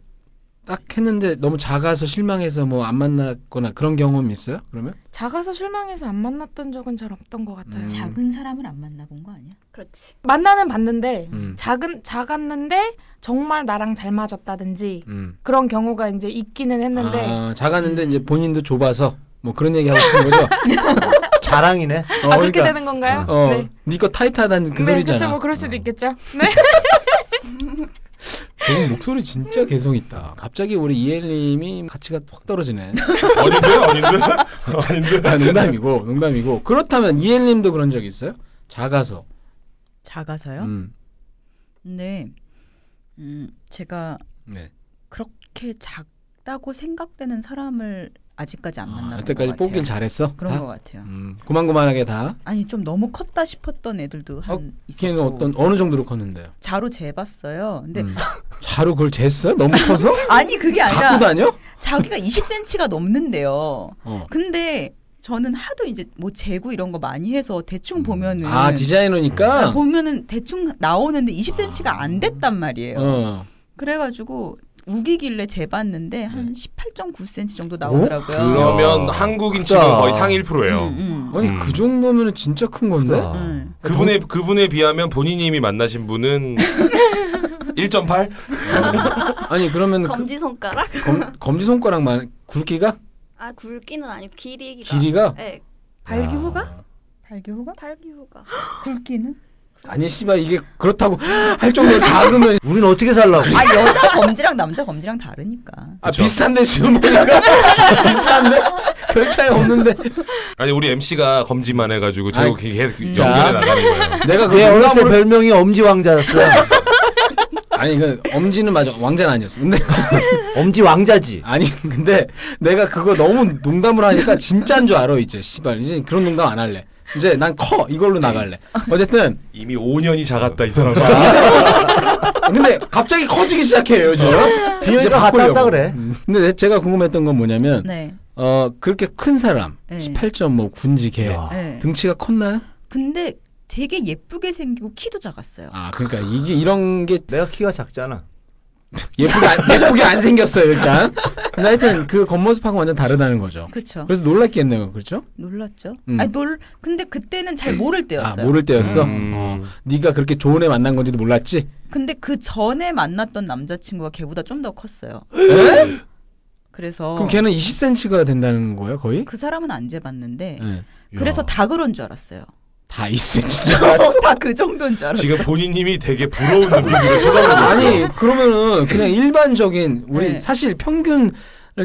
Speaker 7: 딱 했는데 너무 작아서 실망해서 뭐 안 만났거나 그런 경험이 있어요? 그러면?
Speaker 6: 작아서 실망해서 안 만났던 적은 잘 없던 것 같아요.
Speaker 7: 음.
Speaker 4: 작은 사람을 안 만나본 거 아니야?
Speaker 5: 그렇지.
Speaker 6: 만나는 봤는데
Speaker 7: 음.
Speaker 6: 작은 작았는데 정말 나랑 잘 맞았다든지
Speaker 7: 음.
Speaker 6: 그런 경우가 이제 있기는 했는데
Speaker 7: 아, 작았는데 이제 본인도 좁아서 뭐 그런 얘기 하고 싶은 거죠?
Speaker 2: 자랑이네
Speaker 7: 어,
Speaker 6: 아 그렇게
Speaker 7: 그러니까,
Speaker 6: 되는 건가요?
Speaker 7: 어,
Speaker 6: 네.
Speaker 7: 네. 거 타이트하다는 그
Speaker 6: 네, 그렇죠.
Speaker 7: 소리잖아.
Speaker 6: 뭐 그럴 수도 있겠죠. 네.
Speaker 7: 너무 목소리 진짜 개성 있다. 갑자기 우리 이엘님이 가치가 확 떨어지네. <laughs>
Speaker 3: 아닌데 아닌데 아닌데.
Speaker 7: 아, 농담이고 농담이고 그렇다면 이엘님도 그런 적 있어요? 작아서.
Speaker 4: 작아서요?
Speaker 7: 음.
Speaker 4: 근데 음, 제가
Speaker 7: 네.
Speaker 4: 그렇게 작다고 생각되는 사람을 아직까지 안
Speaker 7: 아,
Speaker 4: 만나본
Speaker 7: 여태까지
Speaker 4: 것 같아요.
Speaker 7: 뽑길 잘했어.
Speaker 4: 그런
Speaker 7: 다?
Speaker 4: 것 같아요.
Speaker 7: 음, 고만고만하게 다.
Speaker 4: 아니 좀 너무 컸다 싶었던 애들도 한
Speaker 7: 어,
Speaker 4: 있었고
Speaker 7: 걔는 어떤 어느 정도로 컸는데요?
Speaker 4: 자로 재봤어요. 근데
Speaker 7: 음. 자로 그걸
Speaker 4: <laughs>
Speaker 7: 쟀어요? 너무 커서?
Speaker 4: 아니 그게
Speaker 7: 갖고
Speaker 4: 아니라
Speaker 7: 다녀?
Speaker 4: 자기가 20cm가 넘는데요.
Speaker 7: 어.
Speaker 4: 근데 저는 하도 이제 뭐 재고 이런 거 많이 해서 대충 보면은
Speaker 7: 아
Speaker 4: 아,
Speaker 7: 디자이너니까.
Speaker 4: 보면은 대충 나오는데 20cm가 안 됐단 말이에요.
Speaker 7: 아. 어.
Speaker 4: 그래가지고 우기길래 재봤는데
Speaker 7: 네.
Speaker 4: 한 18.9cm 정도
Speaker 3: 그럼-
Speaker 4: 나오더라고요.
Speaker 3: 그러면
Speaker 2: 야.
Speaker 3: 한국인
Speaker 2: 크다.
Speaker 3: 치면 거의 상 1%예요.
Speaker 4: 음, 음.
Speaker 7: 아니
Speaker 3: 음.
Speaker 7: 그 정도면 진짜 큰 건데.
Speaker 2: 아.
Speaker 4: 음.
Speaker 3: 그분의 그분에 비하면 본인이 이미 만나신 분은 1.8?
Speaker 7: 아니 그러면 그,
Speaker 5: 검지 손가락?
Speaker 7: 검, 검지 손가락만 굵기가
Speaker 5: 아 굵기는 아니고 길이가.
Speaker 7: 길이가
Speaker 5: 네,
Speaker 6: 발기후가?
Speaker 4: 발기호가?
Speaker 5: 팔기후가.
Speaker 4: 굵기는?
Speaker 7: 아니 씨발 이게 그렇다고 <gasps> 할 정도로 작으면
Speaker 2: 우린 어떻게 살라고?
Speaker 4: 아 여자 검지랑 남자 검지랑 다르니까.
Speaker 7: 아
Speaker 3: 그쵸.
Speaker 7: 비슷한데 지금 보니까 <laughs> 비슷한데 별 차이 없는데
Speaker 3: 아니 우리 MC가 검지만 해가지고 제가
Speaker 7: 아이,
Speaker 3: 계속 연결해
Speaker 7: 자.
Speaker 3: 나가는 거예요.
Speaker 7: 내가 그
Speaker 2: 얘 어렸을 때
Speaker 7: 농담으로
Speaker 2: 별명이 엄지 왕자였어.
Speaker 7: 아니 그 엄지는 맞아 왕자는 아니었어 근데
Speaker 2: <laughs> 엄지 왕자지.
Speaker 7: 아니 <laughs> 근데 내가 그거 너무 농담을 하니까 진짜인 줄 알아 이제 씨발 이제 그런 농담 안 할래 이제 난 커
Speaker 2: 네.
Speaker 7: 이걸로 나갈래 어쨌든
Speaker 3: 이미 5년이 작았다 이 사람.
Speaker 7: 근데 갑자기 커지기 시작해요 요즘 이제
Speaker 2: 아, 비현이가
Speaker 7: 바꾸려고. 음.
Speaker 2: 갔다 왔다 그래.
Speaker 7: 근데 내- 제가 궁금했던 건 뭐냐면
Speaker 4: 네.
Speaker 7: 어 그렇게 큰 사람
Speaker 4: 네.
Speaker 7: 18.5 군지 개
Speaker 2: 야.
Speaker 4: 네.
Speaker 7: 등치가 컸나요?
Speaker 4: 근데 되게 예쁘게 생기고 키도 작았어요.
Speaker 7: 아 그러니까 이게 이런 게
Speaker 2: 내가 키가 작잖아.
Speaker 7: 예쁘게 안, 예쁘게 안 생겼어요 일단. 근데 하여튼 그 겉모습하고 완전 다르다는 거죠.
Speaker 4: 그렇죠.
Speaker 7: 그래서 놀랐겠네요, 그렇죠?
Speaker 4: 놀랐죠.
Speaker 7: 음.
Speaker 4: 아니 놀 근데 그때는 잘 모를
Speaker 7: 아
Speaker 4: 때였어요.
Speaker 7: 모를 때였어.
Speaker 3: 음.
Speaker 7: 어, 네가 그렇게 좋은 애 만난 건지도 몰랐지.
Speaker 4: 근데 그 전에 만났던 남자친구가 걔보다 좀 더 컸어요. 네?
Speaker 7: 에?
Speaker 4: 그래서
Speaker 7: 네? 그럼 걔는 20cm가 된다는 거예요, 거의?
Speaker 4: 그 사람은 안 재봤는데
Speaker 7: 예.
Speaker 4: 그래서 다 그런 줄
Speaker 7: <laughs>
Speaker 4: 알았어요. <laughs>
Speaker 7: 다 20cm.
Speaker 4: 다 그 정도인 줄 알았어요.
Speaker 3: 지금 본인님이 되게 부러운 눈빛으로 쳐다보고 있어.
Speaker 7: 아니 그러면은 그냥 일반적인 우리
Speaker 4: 네.
Speaker 7: 사실 평균을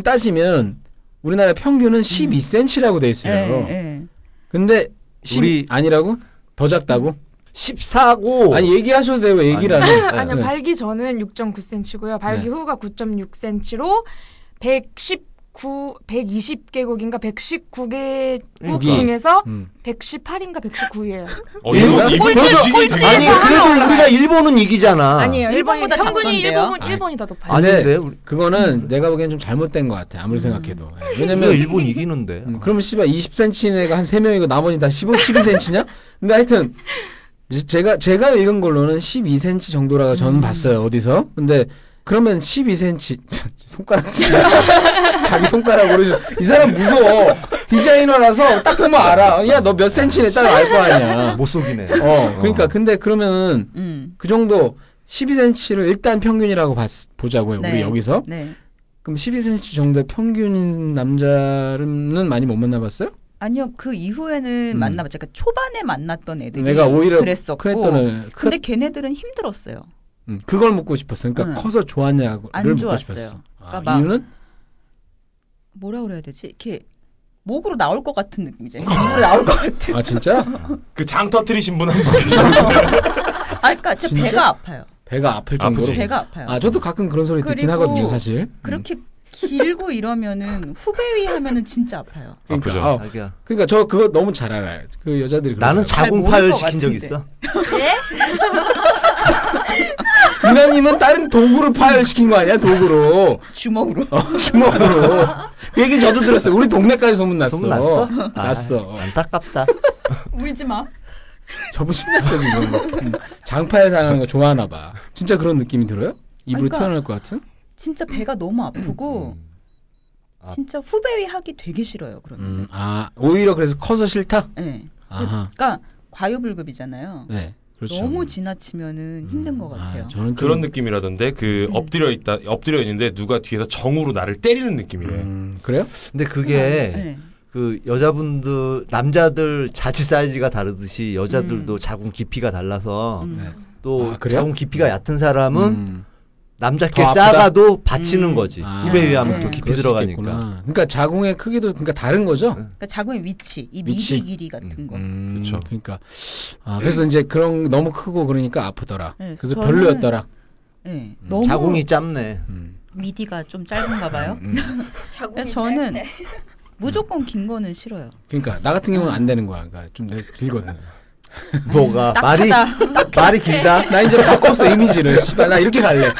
Speaker 7: 따지면 우리나라 평균은 12cm라고 돼 있어요.
Speaker 4: 예.
Speaker 7: 근데 10
Speaker 2: 우리-
Speaker 7: 아니라고? 더 작다고?
Speaker 4: 어.
Speaker 2: 14고.
Speaker 7: 아니 얘기하셔도 돼요. 얘기를 하면.
Speaker 6: 아니요
Speaker 7: 네.
Speaker 6: 발기 전은 6.9cm고요. 발기
Speaker 7: 네.
Speaker 6: 후가 9.6cm로 119, 120개국인가 119개국
Speaker 7: 국이.
Speaker 6: 중에서
Speaker 7: 음.
Speaker 6: 118인가 119예요.
Speaker 3: 어, 이분
Speaker 7: 꼴찌,
Speaker 3: 이분 지식이 되게
Speaker 6: 꼴찌에서
Speaker 2: 아니 그래도
Speaker 6: 하나
Speaker 2: 우리가 일본은 이기잖아.
Speaker 6: 아니에요. 일본이
Speaker 4: 일본보다
Speaker 6: 평균이
Speaker 4: 작던데요?
Speaker 6: 일본
Speaker 7: 아니.
Speaker 6: 일본이 더 높아요.
Speaker 2: 아닌데 우리
Speaker 7: 그거는 내가 보기엔 좀 잘못된 것 같아.
Speaker 4: 음.
Speaker 7: 아무리 생각해도. 예,
Speaker 2: 우리가
Speaker 7: 왜냐면
Speaker 2: 일본 이기는데.
Speaker 7: 음, 그러면 씨발 20cm인 애가 한 3명이고 나머지 다 15, 12cm냐? 근데 하여튼 제- 제가 제가 읽은 걸로는 12cm 정도라고 저는
Speaker 4: 음.
Speaker 7: 봤어요. 어디서? 근데 그러면 12cm 손가락 <laughs> 자기 손가락으로 좀- 이 사람 무서워. 디자이너라서 딱 보면 알아. 야 너 몇 cm네 딱 알 거 아니야.
Speaker 2: 못 속이네.
Speaker 7: 어. 그러니까 근데 그러면은
Speaker 4: 음.
Speaker 7: 그 정도 12cm를 일단 평균이라고 봤, 보자고요. 우리
Speaker 4: 네.
Speaker 7: 여기서.
Speaker 4: 네.
Speaker 7: 그럼 12cm 정도의 평균인 남자는 많이 못 만나봤어요?
Speaker 4: 아니요 그 이후에는
Speaker 7: 음.
Speaker 4: 만나봤죠. 그러니까 초반에 만났던 애들이
Speaker 7: 내가 오히려
Speaker 4: 그랬었고.
Speaker 7: 그랬던 애. 그,
Speaker 4: 근데 걔네들은 힘들었어요.
Speaker 7: 음, 그걸 묻고 싶었어. 그러니까
Speaker 4: 응.
Speaker 7: 커서
Speaker 4: 음.
Speaker 7: 좋았냐고를
Speaker 4: 안
Speaker 7: 묻고
Speaker 4: 좋았어요.
Speaker 7: 싶었어. 아,
Speaker 4: 그러니까 막-
Speaker 7: 이유는
Speaker 4: 뭐라 그래야 되지? 이렇게 목으로 나올 것 같은 느낌이죠. 입으로 나올 것 같은.
Speaker 7: 아 진짜
Speaker 3: 그장 터트리신 분 한 분 계시죠?
Speaker 4: 아, 그러니까 제
Speaker 7: 진짜?
Speaker 4: 배가 아파요.
Speaker 7: 배가 아플 정도로.
Speaker 3: 아프지.
Speaker 4: 배가 아파요.
Speaker 7: 아 저도 가끔 그런 소리 듣긴
Speaker 4: 그리고
Speaker 7: 하거든요, 사실. 음.
Speaker 4: 그렇게 길고 이러면은 후배위 하면은 진짜 아파요.
Speaker 7: 그러니까,
Speaker 3: 아프죠.
Speaker 7: 아,
Speaker 2: 자기야.
Speaker 7: 그러니까 저 그거 너무 잘 알아요. 그 여자들이
Speaker 2: 나는
Speaker 7: 그러잖아요.
Speaker 4: 잘 모를
Speaker 2: 자궁 파열
Speaker 4: 것
Speaker 2: 시킨 적
Speaker 4: 같은데.
Speaker 2: 있어.
Speaker 7: 미남님은 다른 도구로 파열시킨 거 아니야? 도구로.
Speaker 4: 주먹으로. <laughs>
Speaker 7: 어, 주먹으로. 그 얘기 저도 들었어요. 우리 동네까지 소문 났어.
Speaker 2: 소문 났어? 아,
Speaker 7: 났어.
Speaker 2: 안타깝다.
Speaker 4: 울지 마.
Speaker 7: 저분 신났어 지금. 음, 장파열 당하는 거 좋아하나 봐. 진짜 그런 느낌이 들어요? 입으로
Speaker 4: 그러니까-
Speaker 7: 튀어나올 것 같은?
Speaker 4: 진짜 배가 너무 아프고
Speaker 7: 음.
Speaker 2: 아.
Speaker 4: 진짜 후배위 하기 되게 싫어요. 그러면.
Speaker 7: 음, 아 오히려 그래서 커서 싫다.
Speaker 4: 네.
Speaker 7: 아하.
Speaker 4: 그러니까 과유불급이잖아요.
Speaker 7: 네, 그렇죠.
Speaker 4: 너무 지나치면은 힘든 것 같아요.
Speaker 7: 아, 저는
Speaker 3: 그런
Speaker 7: 좀,
Speaker 3: 느낌이라던데 그
Speaker 7: 음.
Speaker 3: 엎드려 있다 엎드려 있는데 누가 뒤에서 정으로 나를 때리는 느낌이래.
Speaker 7: 음, 그래요?
Speaker 2: 근데 그게
Speaker 4: 네. 예.
Speaker 2: 그 여자분들 남자들 자치 사이즈가 다르듯이 여자들도 자궁 깊이가 달라서
Speaker 4: 음.
Speaker 7: 네.
Speaker 2: 또
Speaker 7: 아, 그래요?
Speaker 2: 자궁 깊이가 얕은 사람은
Speaker 7: 음,
Speaker 2: 남작게
Speaker 7: 더 아프다?
Speaker 2: 작아도 받치는
Speaker 4: 음.
Speaker 2: 거지.
Speaker 7: 아,
Speaker 2: 입에 의하면
Speaker 4: 네.
Speaker 2: 더 깊이
Speaker 7: 그럴 수
Speaker 2: 들어가니까.
Speaker 7: 있겠구나. 그러니까 자궁의 크기도 그러니까 다른 거죠.
Speaker 2: 음.
Speaker 4: 그러니까 자궁의 위치, 이
Speaker 7: 위치.
Speaker 4: 미디 길이 같은 거.
Speaker 7: 음,
Speaker 3: 그쵸.
Speaker 7: 그러니까 아, 그래서 이제 그런 너무 크고 그러니까 아프더라.
Speaker 4: 네,
Speaker 7: 그래서
Speaker 4: 저는-
Speaker 7: 별로였더라.
Speaker 4: 네.
Speaker 7: 음.
Speaker 4: 너무
Speaker 2: 자궁이 짧네.
Speaker 4: 미디가 좀 짧은가 봐요.
Speaker 7: 음,
Speaker 5: 자궁이
Speaker 4: 그래서 저는 무조건 긴 거는 싫어요.
Speaker 7: 그러니까 나 같은 경우는 안 되는 거야. 그러니까 좀 내가 길거든.
Speaker 4: <laughs>
Speaker 2: 뭐가 말이
Speaker 4: 딱하다.
Speaker 2: <laughs> 말이 길다.
Speaker 7: 나 이제 바꿨어 이미지를. 씨발 나 이렇게 갈래.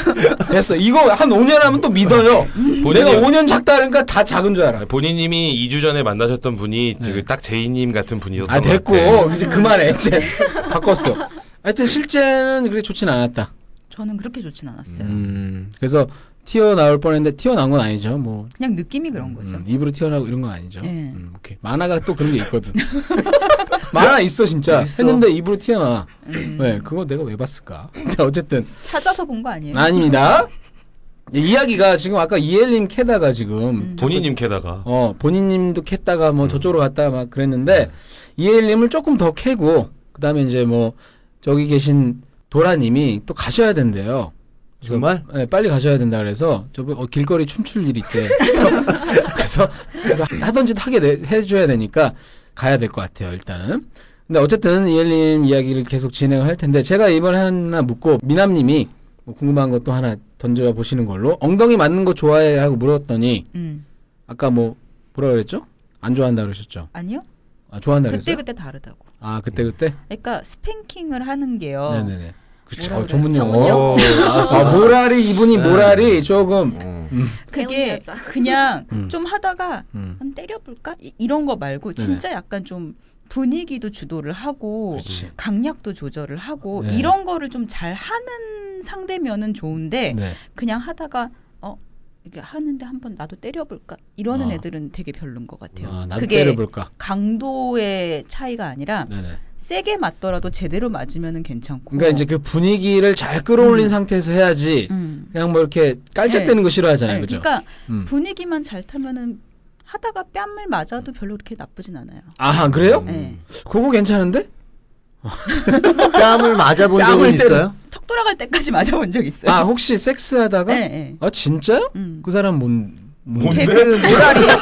Speaker 7: 됐어. 이거 한 5년 하면 또 믿어요. 내가
Speaker 3: 본인이
Speaker 7: 5년 작다니까 다 작은 줄 알아.
Speaker 3: 본인님이 2주 전에 만나셨던 분이 저기 딱 제이님 같은 분이었던
Speaker 7: 네. 아 됐고
Speaker 3: 것 같아.
Speaker 7: 이제 그만해 이제 <laughs> 바꿨어. 하여튼 실제는 그렇게 좋진 않았다.
Speaker 4: 저는 그렇게 좋진 않았어요.
Speaker 7: 음, 그래서 튀어나올 뻔했는데 튀어나온 건 아니죠. 뭐
Speaker 4: 그냥 느낌이 그런 거죠.
Speaker 7: 음, 입으로 튀어나오고 이런 건 아니죠.
Speaker 4: 예.
Speaker 7: 음, 오케이. 만화가 또 그런 게 있거든. <laughs> 만화 있어 진짜.
Speaker 2: 있어.
Speaker 7: 했는데 입으로 튀어나와.
Speaker 4: 음.
Speaker 7: 네, 그거 내가 왜 봤을까? <laughs> 자, 어쨌든
Speaker 4: 찾아서 본 거 아니에요?
Speaker 7: 아닙니다. 이 이야기가 지금 아까 이엘님 캐다가 지금
Speaker 4: 음.
Speaker 3: 본인님 캐다가
Speaker 7: 어 본인님도 캤다가 뭐 저쪽으로 갔다가 막 그랬는데 이엘님을 조금 더 캐고 그다음에 이제 뭐 저기 계신 도라님이 또 가셔야 된대요. 그래서
Speaker 2: 정말?
Speaker 7: 네, 빨리 가셔야 된다 그래서 저분 어, 길거리 춤출 일이 있대. 그래서 그래서 내가 하던 짓 하게 내- 해줘야 되니까 가야 될 것 같아요 일단은. 근데 어쨌든 이엘님 이야기를 계속 진행할 텐데 제가 이번에 하나 묻고 미남님이 뭐 궁금한 것도 하나 던져 보시는 걸로 엉덩이 맞는 거 좋아해라고 물었더니
Speaker 4: 음.
Speaker 7: 아까 뭐 뭐라 그랬죠? 안 좋아한다 그러셨죠?
Speaker 4: 아니요.
Speaker 7: 아 좋아한다
Speaker 4: 그때
Speaker 7: 그랬어요?
Speaker 4: 그때 어. 다르다고.
Speaker 7: 아 그때 그때?
Speaker 4: 그러니까 스팽킹을 하는 게요.
Speaker 7: 네네네. 그쵸.
Speaker 4: 뭐라
Speaker 7: 어,
Speaker 4: 그래?
Speaker 7: 전문
Speaker 4: 전문
Speaker 7: 용어.
Speaker 4: 용어?
Speaker 2: 어.
Speaker 7: 아 모랄이 이분이
Speaker 3: 네.
Speaker 7: 모랄이 조금
Speaker 2: 어.
Speaker 4: 그게
Speaker 5: 배운 여자.
Speaker 4: <laughs> 그냥
Speaker 7: <laughs> 음.
Speaker 4: 좀 하다가
Speaker 7: 음.
Speaker 4: 한 때려볼까 이, 이런 거 말고
Speaker 7: 네네.
Speaker 4: 진짜 약간 좀 분위기도 주도를 하고
Speaker 7: 그렇지.
Speaker 4: 강약도 조절을 하고
Speaker 7: 네.
Speaker 4: 이런 거를 좀 잘 하는 상대면은 좋은데
Speaker 7: 네.
Speaker 4: 그냥 하다가 어 이렇게 하는데 한번 나도 때려볼까 이러는
Speaker 7: 아.
Speaker 4: 애들은 되게 별론 것 같아요.
Speaker 7: 아, 나도
Speaker 4: 그게
Speaker 7: 때려볼까.
Speaker 4: 강도의 차이가 아니라
Speaker 7: 네네.
Speaker 4: 세게 맞더라도 제대로 맞으면은 괜찮고.
Speaker 7: 그러니까 이제 그 분위기를 잘 끌어올린 상태에서 해야지
Speaker 4: 어. 음.
Speaker 7: 그냥 뭐 이렇게 깔짝대는 거 싫어하잖아요,
Speaker 4: 네,
Speaker 7: 그죠?
Speaker 4: 그러니까
Speaker 7: 음.
Speaker 4: 분위기만 잘 타면은 하다가 뺨을 맞아도 별로 그렇게 나쁘진 않아요.
Speaker 7: 아 그래요?
Speaker 4: 네.
Speaker 7: 그거 괜찮은데?
Speaker 2: 뺨을 맞아본
Speaker 7: 뺨을
Speaker 2: 적은
Speaker 7: 때려.
Speaker 2: 있어요?
Speaker 4: 턱 돌아갈 때까지 <laughs> 맞아본 적 있어요.
Speaker 7: 아 혹시 섹스하다가?
Speaker 4: 네, 네.
Speaker 7: 아 진짜요? <laughs>
Speaker 4: 음.
Speaker 7: 그 사람 뭔
Speaker 3: 뭔데?
Speaker 4: 걔그 모라리
Speaker 7: 어,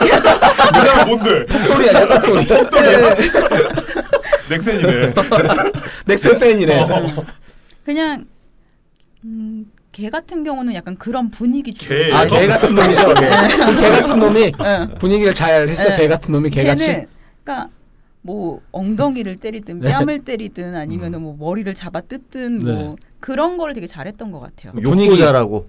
Speaker 3: 내가 뭔데?
Speaker 7: 닭돌이 아니야 닭돌이
Speaker 3: <laughs>
Speaker 7: <laughs>
Speaker 3: 넥센이네.
Speaker 7: 넥슨
Speaker 3: 어,
Speaker 7: 팬이래
Speaker 4: 그냥 음, 걔 같은 경우는 약간 그런 분위기
Speaker 3: 걔.
Speaker 4: 주도자.
Speaker 7: 아개 같은 놈이죠
Speaker 3: 네.
Speaker 7: 걔. 그개 같은 놈이 아, 분위기를 잘 했어
Speaker 4: 네.
Speaker 7: 개 같은 놈이 개같이
Speaker 4: 걔는 그러니까 뭐 엉덩이를 때리든 뺨을 때리든 아니면은 뭐 머리를 잡아 뜯든
Speaker 7: 음. 네.
Speaker 4: 뭐 그런 거를 되게 잘했던 것 같아요.
Speaker 7: 분위기.
Speaker 2: 욕도 잘하고.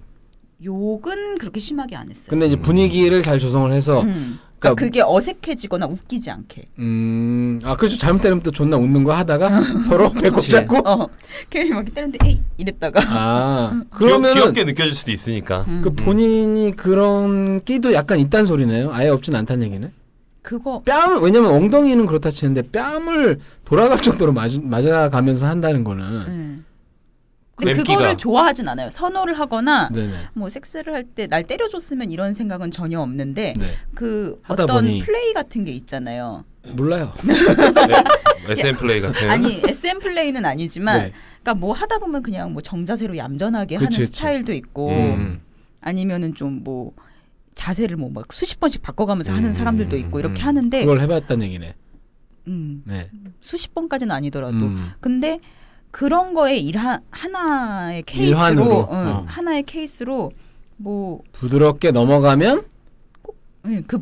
Speaker 4: 욕은 그렇게 심하게 안 했어요.
Speaker 7: 근데 이제 분위기를 잘 조성을 해서
Speaker 4: 음. 그러니까
Speaker 7: 그러니까
Speaker 4: 그게 어색해지거나 웃기지 않게.
Speaker 7: 음아 그렇죠 잘못 때리면 또 존나 웃는 거
Speaker 4: <laughs>
Speaker 7: 하다가 서로 배꼽
Speaker 2: 그치.
Speaker 7: 잡고
Speaker 4: 어, <laughs> 걔 막 때렸는데 에이 이랬다가 <laughs>
Speaker 7: 아
Speaker 4: 음.
Speaker 3: 그러면
Speaker 7: 그러면은
Speaker 3: 귀엽게 느껴질 수도 있으니까.
Speaker 7: 그 본인이 그런 끼도 약간 있단 소리네요 아예 없진 않다는 얘기네
Speaker 4: 그거
Speaker 7: 뺨 왜냐면 엉덩이는 그렇다 치는데 뺨을 돌아갈 정도로 맞, 맞아가면서 한다는 거는
Speaker 4: 음. 근데
Speaker 3: 맵기가.
Speaker 4: 그거를 좋아하진 않아요. 선호를 하거나
Speaker 7: 네네
Speaker 4: 뭐 섹스를 할 때 날 때려줬으면 이런 생각은 전혀 없는데
Speaker 7: 네
Speaker 4: 그
Speaker 7: 하다
Speaker 4: 어떤
Speaker 7: 보니.
Speaker 4: 플레이 같은 게 있잖아요.
Speaker 7: 몰라요
Speaker 3: SM 플레이 같은.
Speaker 4: 아니 SM 플레이는 아니지만
Speaker 7: 네.
Speaker 4: 그러니까 뭐 하다 보면 그냥 뭐 정자세로 얌전하게
Speaker 7: 그치,
Speaker 4: 하는
Speaker 7: 그치.
Speaker 4: 스타일도 있고
Speaker 3: 음.
Speaker 4: 아니면은 좀 뭐 자세를 뭐 막 수십 번씩 바꿔가면서
Speaker 3: 음,
Speaker 4: 하는 사람들도 있고 이렇게
Speaker 7: 음.
Speaker 4: 하는데
Speaker 7: 그걸 해봤다는 얘기네
Speaker 4: 음,
Speaker 7: 네
Speaker 4: 수십 번까지는 아니더라도
Speaker 7: 음.
Speaker 4: 근데 그런 거에 일 하, 하나의
Speaker 7: 일환으로,
Speaker 4: 케이스로 응,
Speaker 7: 어.
Speaker 4: 하나의 케이스로 뭐 그
Speaker 7: 부드럽게 넘어가면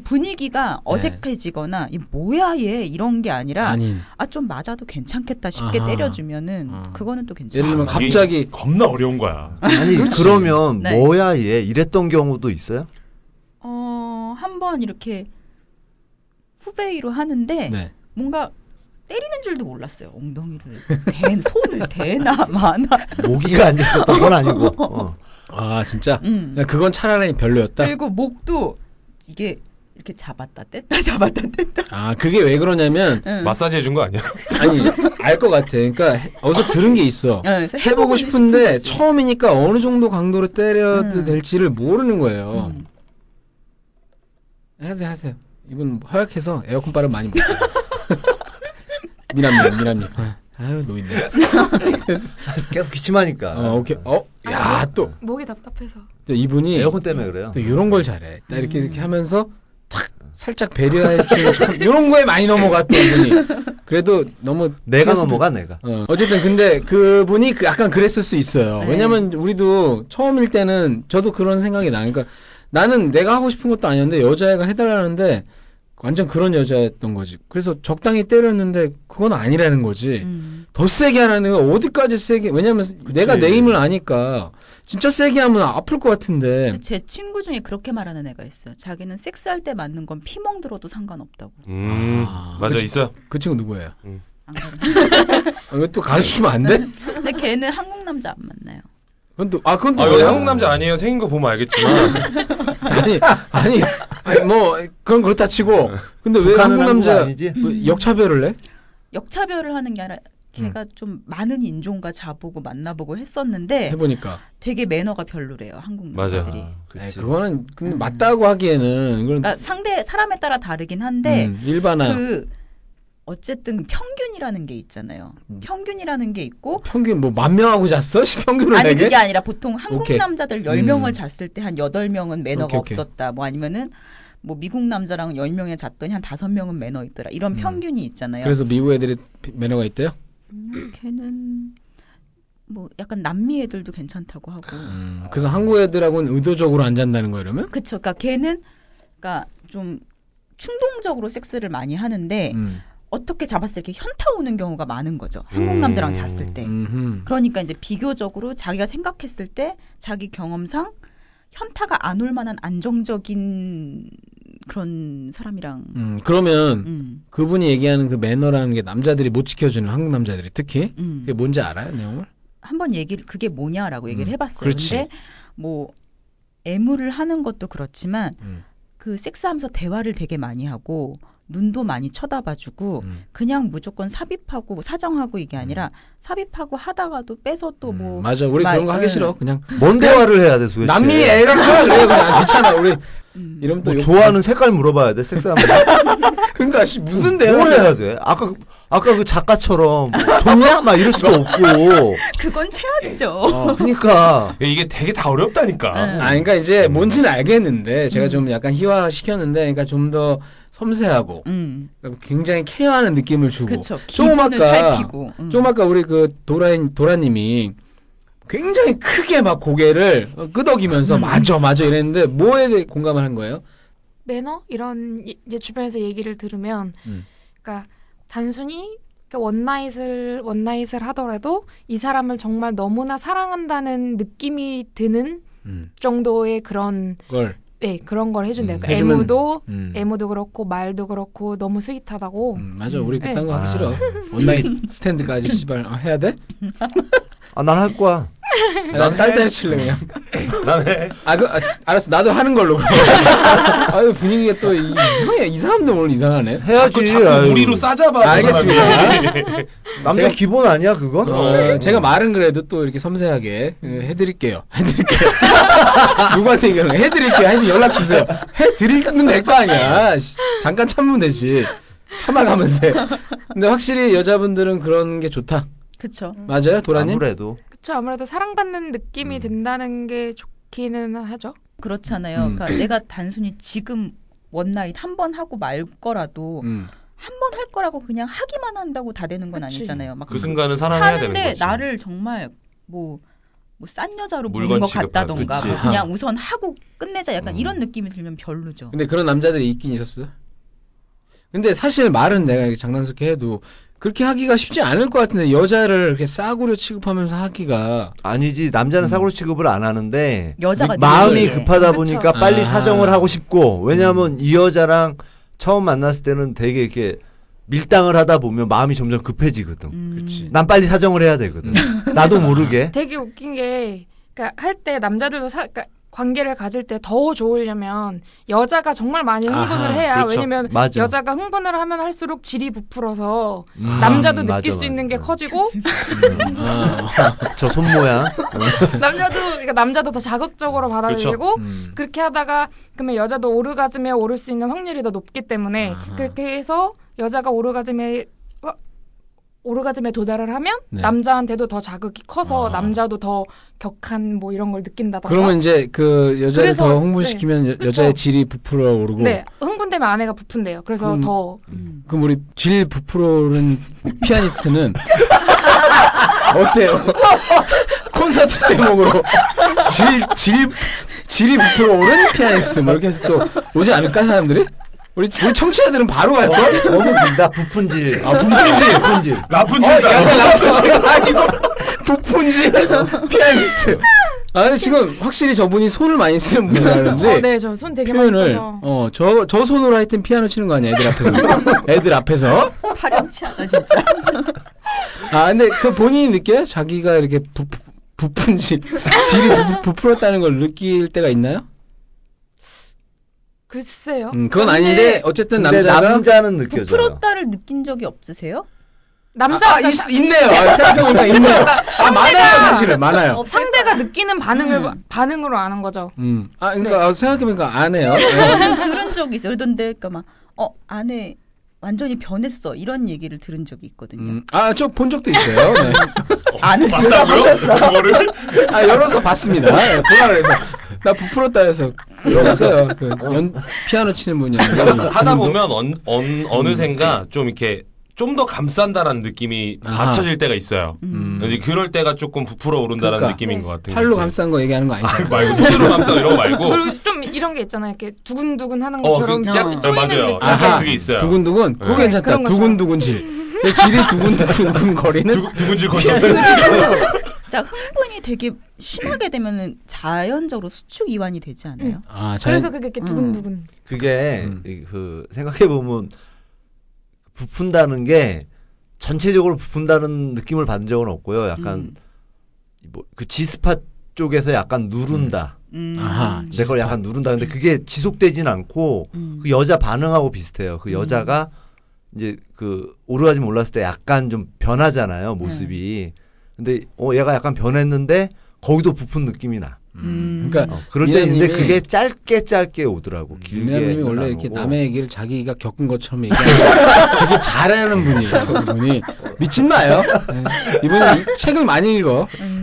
Speaker 4: 분위기가 어색해지거나 이 뭐야 얘 이런 게 아니라
Speaker 7: 네. 아닌
Speaker 4: 아 좀 맞아도 괜찮겠다 싶게
Speaker 7: 아하.
Speaker 4: 때려주면은
Speaker 7: 어.
Speaker 4: 그거는 또
Speaker 7: 예를
Speaker 4: 괜찮아.
Speaker 7: 들면
Speaker 3: 아,
Speaker 7: 갑자기
Speaker 3: 겁나 어려운 거야.
Speaker 2: 아니 그러면
Speaker 4: 네.
Speaker 2: 뭐야 얘 이랬던 경우도 있어요?
Speaker 4: 어, 한 번 이렇게 후배이로 하는데
Speaker 7: 네.
Speaker 4: 뭔가 때리는 줄도 몰랐어요. 엉덩이를 대 손을 대나
Speaker 3: <laughs>
Speaker 4: 마나.
Speaker 2: 모기가 안 있었던 건
Speaker 7: <laughs>
Speaker 2: 아니고. 어.
Speaker 7: 아 진짜
Speaker 4: 음.
Speaker 7: 야, 그건 차라리 별로였다
Speaker 4: 그리고 목도 이게 이렇게 잡았다 뗐다 <laughs> 잡았다 뗐다.
Speaker 7: 아 그게 왜 그러냐면
Speaker 4: 응.
Speaker 3: 마사지 해준 거 아니야?
Speaker 7: 음. 아니 알 것 같아 그러니까 해- 어디서 들은 게 있어
Speaker 4: 응, 그래서
Speaker 7: 해보고
Speaker 4: 해보고는
Speaker 7: 싶은데
Speaker 4: 거지.
Speaker 7: 처음이니까 어느 정도 강도로 때려도
Speaker 4: 음.
Speaker 7: 될지를 모르는 거예요
Speaker 4: 음.
Speaker 7: 하세요 하세요 <laughs> 이분 허약해서 에어컨 바람 많이 못 쐬요 미남님 미남님 아유 노인네.
Speaker 2: 계속 기침하니까.
Speaker 7: 어 오케이. 어야또
Speaker 6: 목이 답답해서.
Speaker 7: 이분이 음.
Speaker 2: 에어컨 때문에 그래요.
Speaker 7: 아. 또 이런 걸 잘해. 딱 이렇게 이렇게 하면서 탁 <laughs> 살짝 배려해 주고 참 이런 거에 많이 넘어갔던 분이. 그래도 너무
Speaker 2: 내가
Speaker 7: 스트레스
Speaker 2: 넘어가 내가.
Speaker 7: 어. 어쨌든 근데 그분이 그 약간 그랬을 수 있어요.
Speaker 4: 네.
Speaker 7: 왜냐면 우리도 처음일 때는 저도 그런 생각이 나니까 그러니까 나는 내가 하고 싶은 것도 아니었는데 여자애가 해달라는데 완전 그런 여자였던 거지. 그래서 적당히 때렸는데 그건 아니라는 거지.
Speaker 4: 음.
Speaker 7: 더 세게 하라는 거 어디까지 세게? 왜냐면 내가 내 힘을 아니까 진짜 세게 하면 아플 것 같은데.
Speaker 4: 근데 제 친구 중에 그렇게 말하는 애가 있어요. 자기는 섹스할 때 맞는 건 피멍 들어도 상관없다고.
Speaker 3: 음,
Speaker 7: 아,
Speaker 3: 맞아
Speaker 7: 그치.
Speaker 3: 있어요.
Speaker 7: 그 친구 누구예요?
Speaker 4: 안 그래요? <laughs>
Speaker 7: 아, 이거 또 가르치면 안 돼?
Speaker 4: 근데 걔는 한국 남자 안 만나요.
Speaker 7: 그건 또, 아, 그건 또
Speaker 3: 아, 여기
Speaker 7: 뭐야?
Speaker 3: 한국 남자 아니에요. 생긴 거 보면 알겠지만
Speaker 7: 아니, 아니, 아니, 뭐, 그건 그렇다 치고. 근데 왜 한국 남자
Speaker 2: 아니지?
Speaker 7: 뭐 역차별을 해?
Speaker 4: 역차별을 하는 게 아니라 걔가
Speaker 3: 음.
Speaker 4: 좀 많은 인종과 자보고 만나보고 했었는데
Speaker 7: 해보니까.
Speaker 4: 되게 매너가 별로래요 한국
Speaker 3: 음. 맞아요.
Speaker 4: 남자들이.
Speaker 7: 아니,
Speaker 2: 그치.
Speaker 7: 그거는, 근데
Speaker 4: 음.
Speaker 7: 맞다고 하기에는, 이건,
Speaker 4: 그러니까 상대 사람에 따라 다르긴 한데
Speaker 7: 음, 일반화.
Speaker 4: 네. 그 어쨌든 평균이라는 게 있잖아요.
Speaker 7: 음.
Speaker 4: 평균이라는 게 있고
Speaker 7: 평균 뭐, 만 명하고 잤어? <laughs> 평균을
Speaker 4: 아니
Speaker 7: 내게?
Speaker 4: 그게 아니라 보통 한국
Speaker 7: 오케이.
Speaker 4: 남자들
Speaker 7: 음.
Speaker 4: 10명을 잤을 때 한 8명은 매너가
Speaker 7: 오케이, 오케이.
Speaker 4: 없었다. 뭐 아니면은 뭐 미국 남자랑 10명에 잤더니 한 5명은 매너 있더라. 이런
Speaker 7: 음.
Speaker 4: 평균이 있잖아요.
Speaker 7: 그래서 미국 애들이 피- 매너가 있대요?
Speaker 4: 음, 걔는 뭐 약간 남미 애들도 괜찮다고 하고.
Speaker 7: 음, 그래서 한국 애들하고는 의도적으로 안 잔다는 거야, 이러면?
Speaker 4: 그쵸. 그러니까 걔는 그러니까 좀 충동적으로 섹스를 많이 하는데
Speaker 7: 음.
Speaker 4: 어떻게 잡았을 때 이렇게 현타 오는 경우가 많은 거죠. 한국
Speaker 3: 음.
Speaker 4: 남자랑 잤을 때.
Speaker 7: 음흠.
Speaker 4: 그러니까 이제 비교적으로 자기가 생각했을 때 자기 경험상 현타가 안 올 만한 안정적인 그런 사람이랑
Speaker 7: 음, 그러면
Speaker 4: 음,
Speaker 7: 그분이 얘기하는 그 매너라는 게 남자들이 못 지켜주는 한국 남자들이 특히
Speaker 4: 음.
Speaker 7: 그게 뭔지 알아요 내용을?
Speaker 4: 한번 얘기를 그게 뭐냐라고 얘기를
Speaker 7: 음,
Speaker 4: 해봤어요.
Speaker 7: 그렇지.
Speaker 4: 근데 뭐 애무를 하는 것도 그렇지만
Speaker 7: 음.
Speaker 4: 그 섹스하면서 대화를 되게 많이 하고 눈도 많이 쳐다봐주고
Speaker 7: 음.
Speaker 4: 그냥 무조건 삽입하고 사정하고 이게 아니라 삽입하고 하다가도 빼서 또
Speaker 7: 음,
Speaker 4: 뭐
Speaker 7: 맞아 우리
Speaker 4: 마-
Speaker 7: 그런 거 하기
Speaker 4: 음.
Speaker 7: 싫어 그냥
Speaker 2: 뭔 대화를 해야 돼 도대체?
Speaker 7: 남미 애랑 하라 그래 그냥 귀찮아 우리
Speaker 4: 음.
Speaker 7: 이러면 또
Speaker 2: 뭐
Speaker 7: 욕-
Speaker 2: 좋아하는 색깔 물어봐야 돼. 섹스하면
Speaker 7: 그러니까 씨, <laughs> 무슨
Speaker 2: 무슨
Speaker 7: 대화
Speaker 2: 대화를 해야 돼? 아까 아까 그 작가처럼 좋냐 막 이럴 수도 없고.
Speaker 4: 그건 최악이죠.
Speaker 7: 어.
Speaker 2: 그러니까
Speaker 3: 이게 되게 다
Speaker 4: 네.
Speaker 3: 어렵다니까.
Speaker 7: 아 그러니까 이제 뭔지는 알겠는데
Speaker 4: 음.
Speaker 7: 제가 좀 약간 희화 시켰는데 그러니까 좀 더 섬세하고
Speaker 4: 음,
Speaker 7: 굉장히 케어하는 느낌을 주고
Speaker 4: 그렇죠.
Speaker 7: 좀
Speaker 4: 기분을
Speaker 7: 아까-
Speaker 4: 살피고. 음.
Speaker 7: 좀 아까 우리 그 도라인 도라님이 굉장히 크게 막 고개를 끄덕이면서
Speaker 4: 음.
Speaker 7: 맞아 맞아 이랬는데 뭐에 대해 공감을 한 거예요?
Speaker 6: 매너 이런 예, 이- 이제 주변에서 얘기를 들으면
Speaker 7: 음.
Speaker 6: 그러니까 단순히 그러니까 원나잇을 원나잇을 하더라도 이 사람을 정말 너무나 사랑한다는 느낌이 드는
Speaker 7: 음,
Speaker 6: 정도의 그런
Speaker 7: 그걸
Speaker 6: 네 그런 걸 해준대요.
Speaker 7: 음,
Speaker 6: 그러니까
Speaker 7: 해주면-
Speaker 6: 애무도
Speaker 7: 음.
Speaker 6: 애무도 그렇고 말도 그렇고 너무 스윗하다고
Speaker 7: 음, 맞아 우리
Speaker 6: 네.
Speaker 7: 그딴 거 하기
Speaker 2: 아.
Speaker 7: 싫어
Speaker 4: <laughs>
Speaker 7: 온라인
Speaker 4: 네.
Speaker 7: 스탠드까지 씨발 어, 해야 돼?
Speaker 2: 아 난 할 거야.
Speaker 4: 네.
Speaker 7: 난 딸딸 칠래 그냥
Speaker 3: 나네.
Speaker 7: 아, 그, 아 알았어 나도 하는 걸로 <laughs> 아 분위기가 또 이- 이상해 이 사람도 오늘 이상하네
Speaker 2: 해야지.
Speaker 3: 자꾸 자꾸
Speaker 2: 아유.
Speaker 3: 무리로 싸잡아.
Speaker 7: 알겠습니다
Speaker 2: 남자
Speaker 7: 제가-
Speaker 2: 기본 아니야 네. 그거?
Speaker 7: 어, 제가 말은 그래도 또 이렇게 섬세하게 어, 해드릴게요 해드릴게요 <laughs> 누구한테 얘기하는 거야 해드릴게요 하여튼 연락 주세요 해드리면 될 거 아니야 씨, 잠깐 참으면 되지 참아가면서 해. 근데 확실히 여자분들은 그런 게 좋다
Speaker 4: 그쵸.
Speaker 7: 맞아요 도라님?
Speaker 2: 아무래도
Speaker 6: 그쵸 아무래도 사랑받는 느낌이 든다는 게 좋기는 하죠.
Speaker 4: 그렇잖아요.
Speaker 7: 음.
Speaker 4: 그러니까 내가 단순히 지금 원나잇 한 번 하고 말 거라도
Speaker 7: 음.
Speaker 4: 한 번 할 거라고 그냥 하기만 한다고 다 되는 건
Speaker 6: 그치.
Speaker 4: 아니잖아요. 막뭐
Speaker 3: 그 순간은 사랑해야 되는
Speaker 4: 하는데
Speaker 3: 거지.
Speaker 4: 나를 정말 뭐 뭐 싼 여자로 보는
Speaker 3: 물건
Speaker 4: 것
Speaker 3: 취급하고,
Speaker 4: 같다던가
Speaker 3: 그치.
Speaker 4: 뭐 그냥 우선 하고 끝내자 약간
Speaker 3: 음.
Speaker 4: 이런 느낌이 들면 별로죠.
Speaker 7: 근데 그런 남자들이 있긴 있었어. 근데 사실 말은 내가 이렇게 장난스럽게 해도 그렇게 하기가 쉽지 않을 것 같은데 여자를 이렇게 싸구려 취급하면서 하기가
Speaker 2: 아니지 남자는
Speaker 7: 음.
Speaker 2: 사고로 취급을 안 하는데
Speaker 4: 여자가
Speaker 2: 미- 마음이
Speaker 4: 되게-
Speaker 2: 급하다
Speaker 6: 아, 네. 그쵸.
Speaker 2: 보니까 빨리
Speaker 7: 아.
Speaker 2: 사정을 하고 싶고 왜냐하면 이 여자랑 처음 만났을 때는 되게 이렇게 밀당을 하다 보면 마음이 점점 급해지거든.
Speaker 4: 음.
Speaker 7: 그치.
Speaker 2: 난 빨리 사정을 해야 되거든. 나도 모르게.
Speaker 6: 되게 웃긴 게 그러니까 할 때 남자들도 사, 그러니까 관계를 가질 때 더 좋으려면 여자가 정말 많이 흥분을
Speaker 7: 아하,
Speaker 6: 해야
Speaker 3: 그렇죠.
Speaker 6: 왜냐면
Speaker 2: 맞아.
Speaker 6: 여자가 흥분을 하면 할수록 질이 부풀어서
Speaker 2: 음,
Speaker 6: 남자도
Speaker 2: 맞아,
Speaker 6: 느낄 수
Speaker 2: 맞아.
Speaker 6: 있는 게 커지고
Speaker 2: 저 <laughs> 손모양. 어,
Speaker 6: 남자도 그러니까 남자도 더 자극적으로 받아들이고
Speaker 7: 음.
Speaker 6: 그렇게 하다가 그러면 여자도 오르가즘에 오를 수 있는 확률이 더 높기 때문에
Speaker 7: 아하.
Speaker 6: 그렇게 해서 여자가 어, 오르가즘에 화- 오르가즘에 도달을 하면
Speaker 7: 네.
Speaker 6: 남자한테도 더 자극이 커서
Speaker 3: 아.
Speaker 6: 남자도 더 격한 뭐 이런 걸 느낀다던가.
Speaker 7: 그러면 이제 그 여자를
Speaker 6: 그래서- 네.
Speaker 7: 더 흥분시키면 여,
Speaker 6: 그쵸.
Speaker 7: 여자의 질이 부풀어 오르고
Speaker 6: 네 흥분되면 아내가 부푼대요. 그래서
Speaker 7: 그럼-
Speaker 6: 더
Speaker 7: 그럼 우리 질 부풀어 오른
Speaker 6: <laughs>
Speaker 7: 피아니스트는 어때요? 콘서트 제목으로 질, 질, 질이 부풀어 오른 피아니스트 뭐 이렇게 해서 또 오지 않을까 사람들이? 우리, 우리 청취자들은 바로 갈 걸?
Speaker 2: 너무 긴다 어, 부푼질. <laughs>
Speaker 7: 아, 부푼질.
Speaker 2: 부푼질.
Speaker 3: 나쁜
Speaker 7: 어,
Speaker 3: 짓이다.
Speaker 7: 약간 나쁘지가 아니고 부푼질 피아니스트. 아, 근데 지금 확실히 저분이 손을 많이 쓰는 분이라는지
Speaker 6: 어, 네, 저 손 되게 많이
Speaker 7: 표현을
Speaker 6: 써서.
Speaker 7: 어저저 손으로 하여튼 피아노 치는 거 아니야 애들
Speaker 6: <laughs>
Speaker 7: 앞에서 애들 앞에서
Speaker 4: 파렴치 않아 진짜.
Speaker 7: 아 근데 그 본인이 느껴요 자기가 이렇게 부, 부- 부푼 질 질이 부, 부풀었다는 걸 느낄 때가 있나요?
Speaker 6: 글쎄요.
Speaker 7: 음 그건
Speaker 4: 근데-
Speaker 7: 아닌데 어쨌든
Speaker 2: 근데
Speaker 7: 남자가
Speaker 2: 남자는 느껴져요.
Speaker 4: 부풀었다를 느낀 적이 없으세요?
Speaker 6: 남자
Speaker 7: 아 있, 있네요 아,
Speaker 6: <laughs>
Speaker 7: 생각해보니까 있네요 아 많아요 사실은 많아요
Speaker 6: 상대가 느끼는 반응을
Speaker 4: 음.
Speaker 6: 반응으로 아는 거죠.
Speaker 7: 음아
Speaker 6: 네.
Speaker 7: 그러니까 아, 생각해보니까 안 해요 네.
Speaker 4: 저는 들은 적이 있어요. 그런데 그러니까 막어 아내 완전히 변했어 이런 얘기를 들은 적이 있거든요.
Speaker 7: 음아저 본 적도 있어요 네.
Speaker 4: 아는 지가 보셨어.
Speaker 3: 그거를
Speaker 7: 아 열어서 봤습니다. 예, 보라 그래서 나 부풀었다 해서 열었어요. 그 연, 피아노 치는 분이
Speaker 3: 하다 보면 언, 언, 어느샌가 좀 이렇게 좀 더 감싼다라는 느낌이
Speaker 7: 음, 네. 아하. 음.
Speaker 3: 받쳐질 때가 있어요. 근데 그럴 때가 조금 부풀어 오른다라는
Speaker 7: 그러니까.
Speaker 3: 느낌인
Speaker 6: 네.
Speaker 3: 것 같은
Speaker 7: 팔로
Speaker 3: 거지.
Speaker 7: 감싼 거 얘기하는 거
Speaker 3: 아니, 그
Speaker 7: 아니잖아요.
Speaker 3: 말고 손으로 감싸고 이런 거
Speaker 7: 어.
Speaker 3: 말고
Speaker 6: 그리고 좀 이런 게 있잖아요. 이렇게 두근두근 하는
Speaker 3: 어,
Speaker 6: 것처럼
Speaker 3: 그,
Speaker 4: 어.
Speaker 3: 짝, 어, 맞아요.
Speaker 6: 느낌.
Speaker 3: 약간
Speaker 7: 아하.
Speaker 3: 그게 있어요.
Speaker 7: 두근두근 그거
Speaker 3: 네,
Speaker 7: 괜찮다.
Speaker 6: 그런 것처럼.
Speaker 7: 두근두근 질. 근데 질이 두근두근 거리는
Speaker 3: 두, 두근질 건데.
Speaker 4: 자 흥분이 되게 심하게 되면은 자연적으로 수축 이완이 되지 않아요?
Speaker 7: 아 저는
Speaker 6: 그래서 그게 이렇게
Speaker 4: 음.
Speaker 6: 두근두근.
Speaker 2: 그게
Speaker 7: 음.
Speaker 2: 이- 그 생각해 보면 부푼다는 게 전체적으로 부푼다는 느낌을 받은 적은 없고요.
Speaker 7: 음.
Speaker 2: 약간 뭐 그 지스팟 쪽에서 약간 누른다.
Speaker 4: 음.
Speaker 7: 아하.
Speaker 2: 내 걸 약간 누른다. 근데 그게 지속되진 않고
Speaker 4: 음.
Speaker 2: 그 여자 반응하고 비슷해요.
Speaker 7: 음.
Speaker 2: 그 여자가 이제 그 오르가즘 올랐을 때 약간 좀 변하잖아요 모습이.
Speaker 7: 네.
Speaker 2: 근데 어 얘가 약간 변했는데 거기도 부푼 느낌이 나.
Speaker 4: 음.
Speaker 7: 그러니까
Speaker 2: 어, 그럴 때 있는데
Speaker 7: 미나님이-
Speaker 2: 그게 짧게 짧게 오더라고. 길게.
Speaker 7: 김미아님이
Speaker 2: 안
Speaker 7: 원래 이렇게
Speaker 2: 오고.
Speaker 7: 남의 얘기를 자기가 겪은 것처럼 얘기하는 되게 잘하는 분이에요. 이분이 미친 마요. 네. 이분이 이- 책을 많이 읽어.
Speaker 4: 음.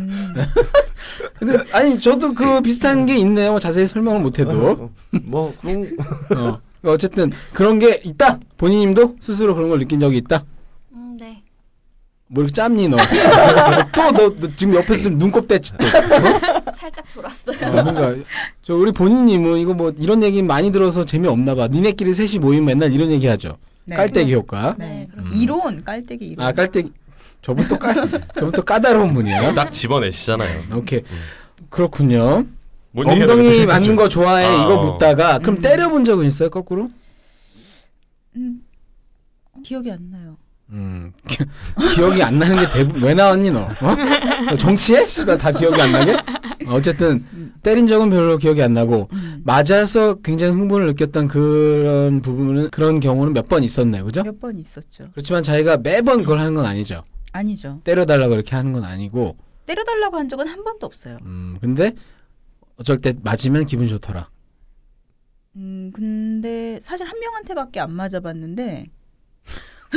Speaker 7: 근데 아니 저도 그 비슷한 게 있네요. 자세히 설명을 못해도.
Speaker 2: 뭐 그런
Speaker 7: 어. 어쨌든 그런 게 있다. 본인님도 스스로 그런 걸 느낀 적이 있다.
Speaker 5: 음, 네.
Speaker 7: 뭐 이렇게 짬니
Speaker 3: <laughs>
Speaker 7: 너. 또너 너, 지금 옆에서 좀 눈곱대지 또. 어?
Speaker 5: 살짝 졸았어요.
Speaker 7: 어, 그러니까 저 우리 본인님은 이거 뭐 이런 얘기 많이 들어서 재미없나 봐. 니네끼리 셋이 모이면 맨날 이런 얘기 하죠.
Speaker 4: 네.
Speaker 7: 깔때기 효과.
Speaker 4: 네.
Speaker 5: 네,
Speaker 4: 이론 깔때기 이론.
Speaker 7: 아 깔때기. 저분 또 깔. 저분 또 까다로운
Speaker 3: <laughs>
Speaker 7: 분이에요.
Speaker 3: 딱 집어내시잖아요.
Speaker 7: 오케이. 그렇군요.
Speaker 3: 뭔 얘기가
Speaker 7: 엉덩이
Speaker 3: 되는지
Speaker 7: 맞는 거 좋아해
Speaker 3: 아,
Speaker 7: 이거
Speaker 3: 어.
Speaker 7: 묻다가 그럼
Speaker 4: 음.
Speaker 7: 때려본 적은 있어요 거꾸로?
Speaker 4: 음. 기억이 안 나요.
Speaker 7: 음 기- 기억이 안 나는 게 대부분 왜 나왔니 너? 어? 너 정치해? 씨발 다 기억이 안 나게? 어쨌든 때린 적은 별로 기억이 안 나고 맞아서 굉장히 흥분을 느꼈던 그런 부분은 그런 경우는 몇 번 있었네요, 그죠?
Speaker 4: 몇 번 있었죠.
Speaker 7: 그렇지만 자기가 매번 그걸 하는 건 아니죠.
Speaker 4: 아니죠.
Speaker 7: 때려달라고 이렇게 하는 건 아니고,
Speaker 4: 때려달라고 한 적은 한 번도 없어요.
Speaker 7: 음 근데 어쩔 때 맞으면 기분 좋더라.
Speaker 4: 음, 근데 사실 한 명한테밖에 안 맞아봤는데,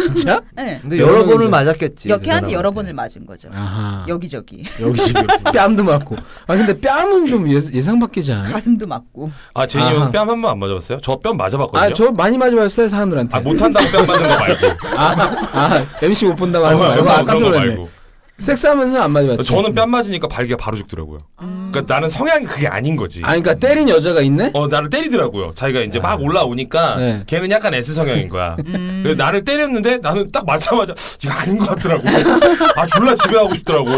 Speaker 7: 진짜?
Speaker 4: 네.
Speaker 2: 근데
Speaker 7: 여러
Speaker 2: 여러 번을
Speaker 7: 번이죠.
Speaker 2: 맞았겠지.
Speaker 4: 역해한테
Speaker 2: 그
Speaker 4: 여러
Speaker 2: 사람한테.
Speaker 4: 번을 맞은 거죠.
Speaker 7: 음. 아하.
Speaker 4: 여기저기 <laughs>
Speaker 7: 여기 지금 <laughs> 뺨도 맞고. 아 근데 뺨은 좀 예, 예상 밖이지 않아요?
Speaker 4: 가슴도 맞고.
Speaker 3: 아, 제니는
Speaker 7: 아하.
Speaker 3: 뺨 한 번 안 맞아봤어요? 저 뺨 맞아봤거든요.
Speaker 7: 아저 많이 맞아봤어요 사람들한테.
Speaker 3: 아, 못한다고 뺨 맞는 거 말고.
Speaker 7: 아, 아, MC 못 본다고 하는 거
Speaker 3: 어,
Speaker 7: 말고
Speaker 3: 어,
Speaker 7: 아
Speaker 3: 그런
Speaker 7: 깜짝
Speaker 3: 거
Speaker 7: 놀랐네.
Speaker 3: 말고.
Speaker 7: 섹스하면서 안 맞아봤지.
Speaker 3: 그러니까 저는 뺨 맞으니까 발기가 바로 죽더라고요. 그러니까 나는 성향이 그게 아닌 거지.
Speaker 7: 아, 그러니까 때린 여자가 있네.
Speaker 3: 어 나를 때리더라고요. 자기가 이제 막 올라오니까
Speaker 7: 네.
Speaker 3: 걔는 약간 S 성향인 거야. 그래서 나를 때렸는데 나는 딱 맞자마자 이거 아닌 것 같더라고. <laughs> 아 졸라 집에 가고 싶더라고.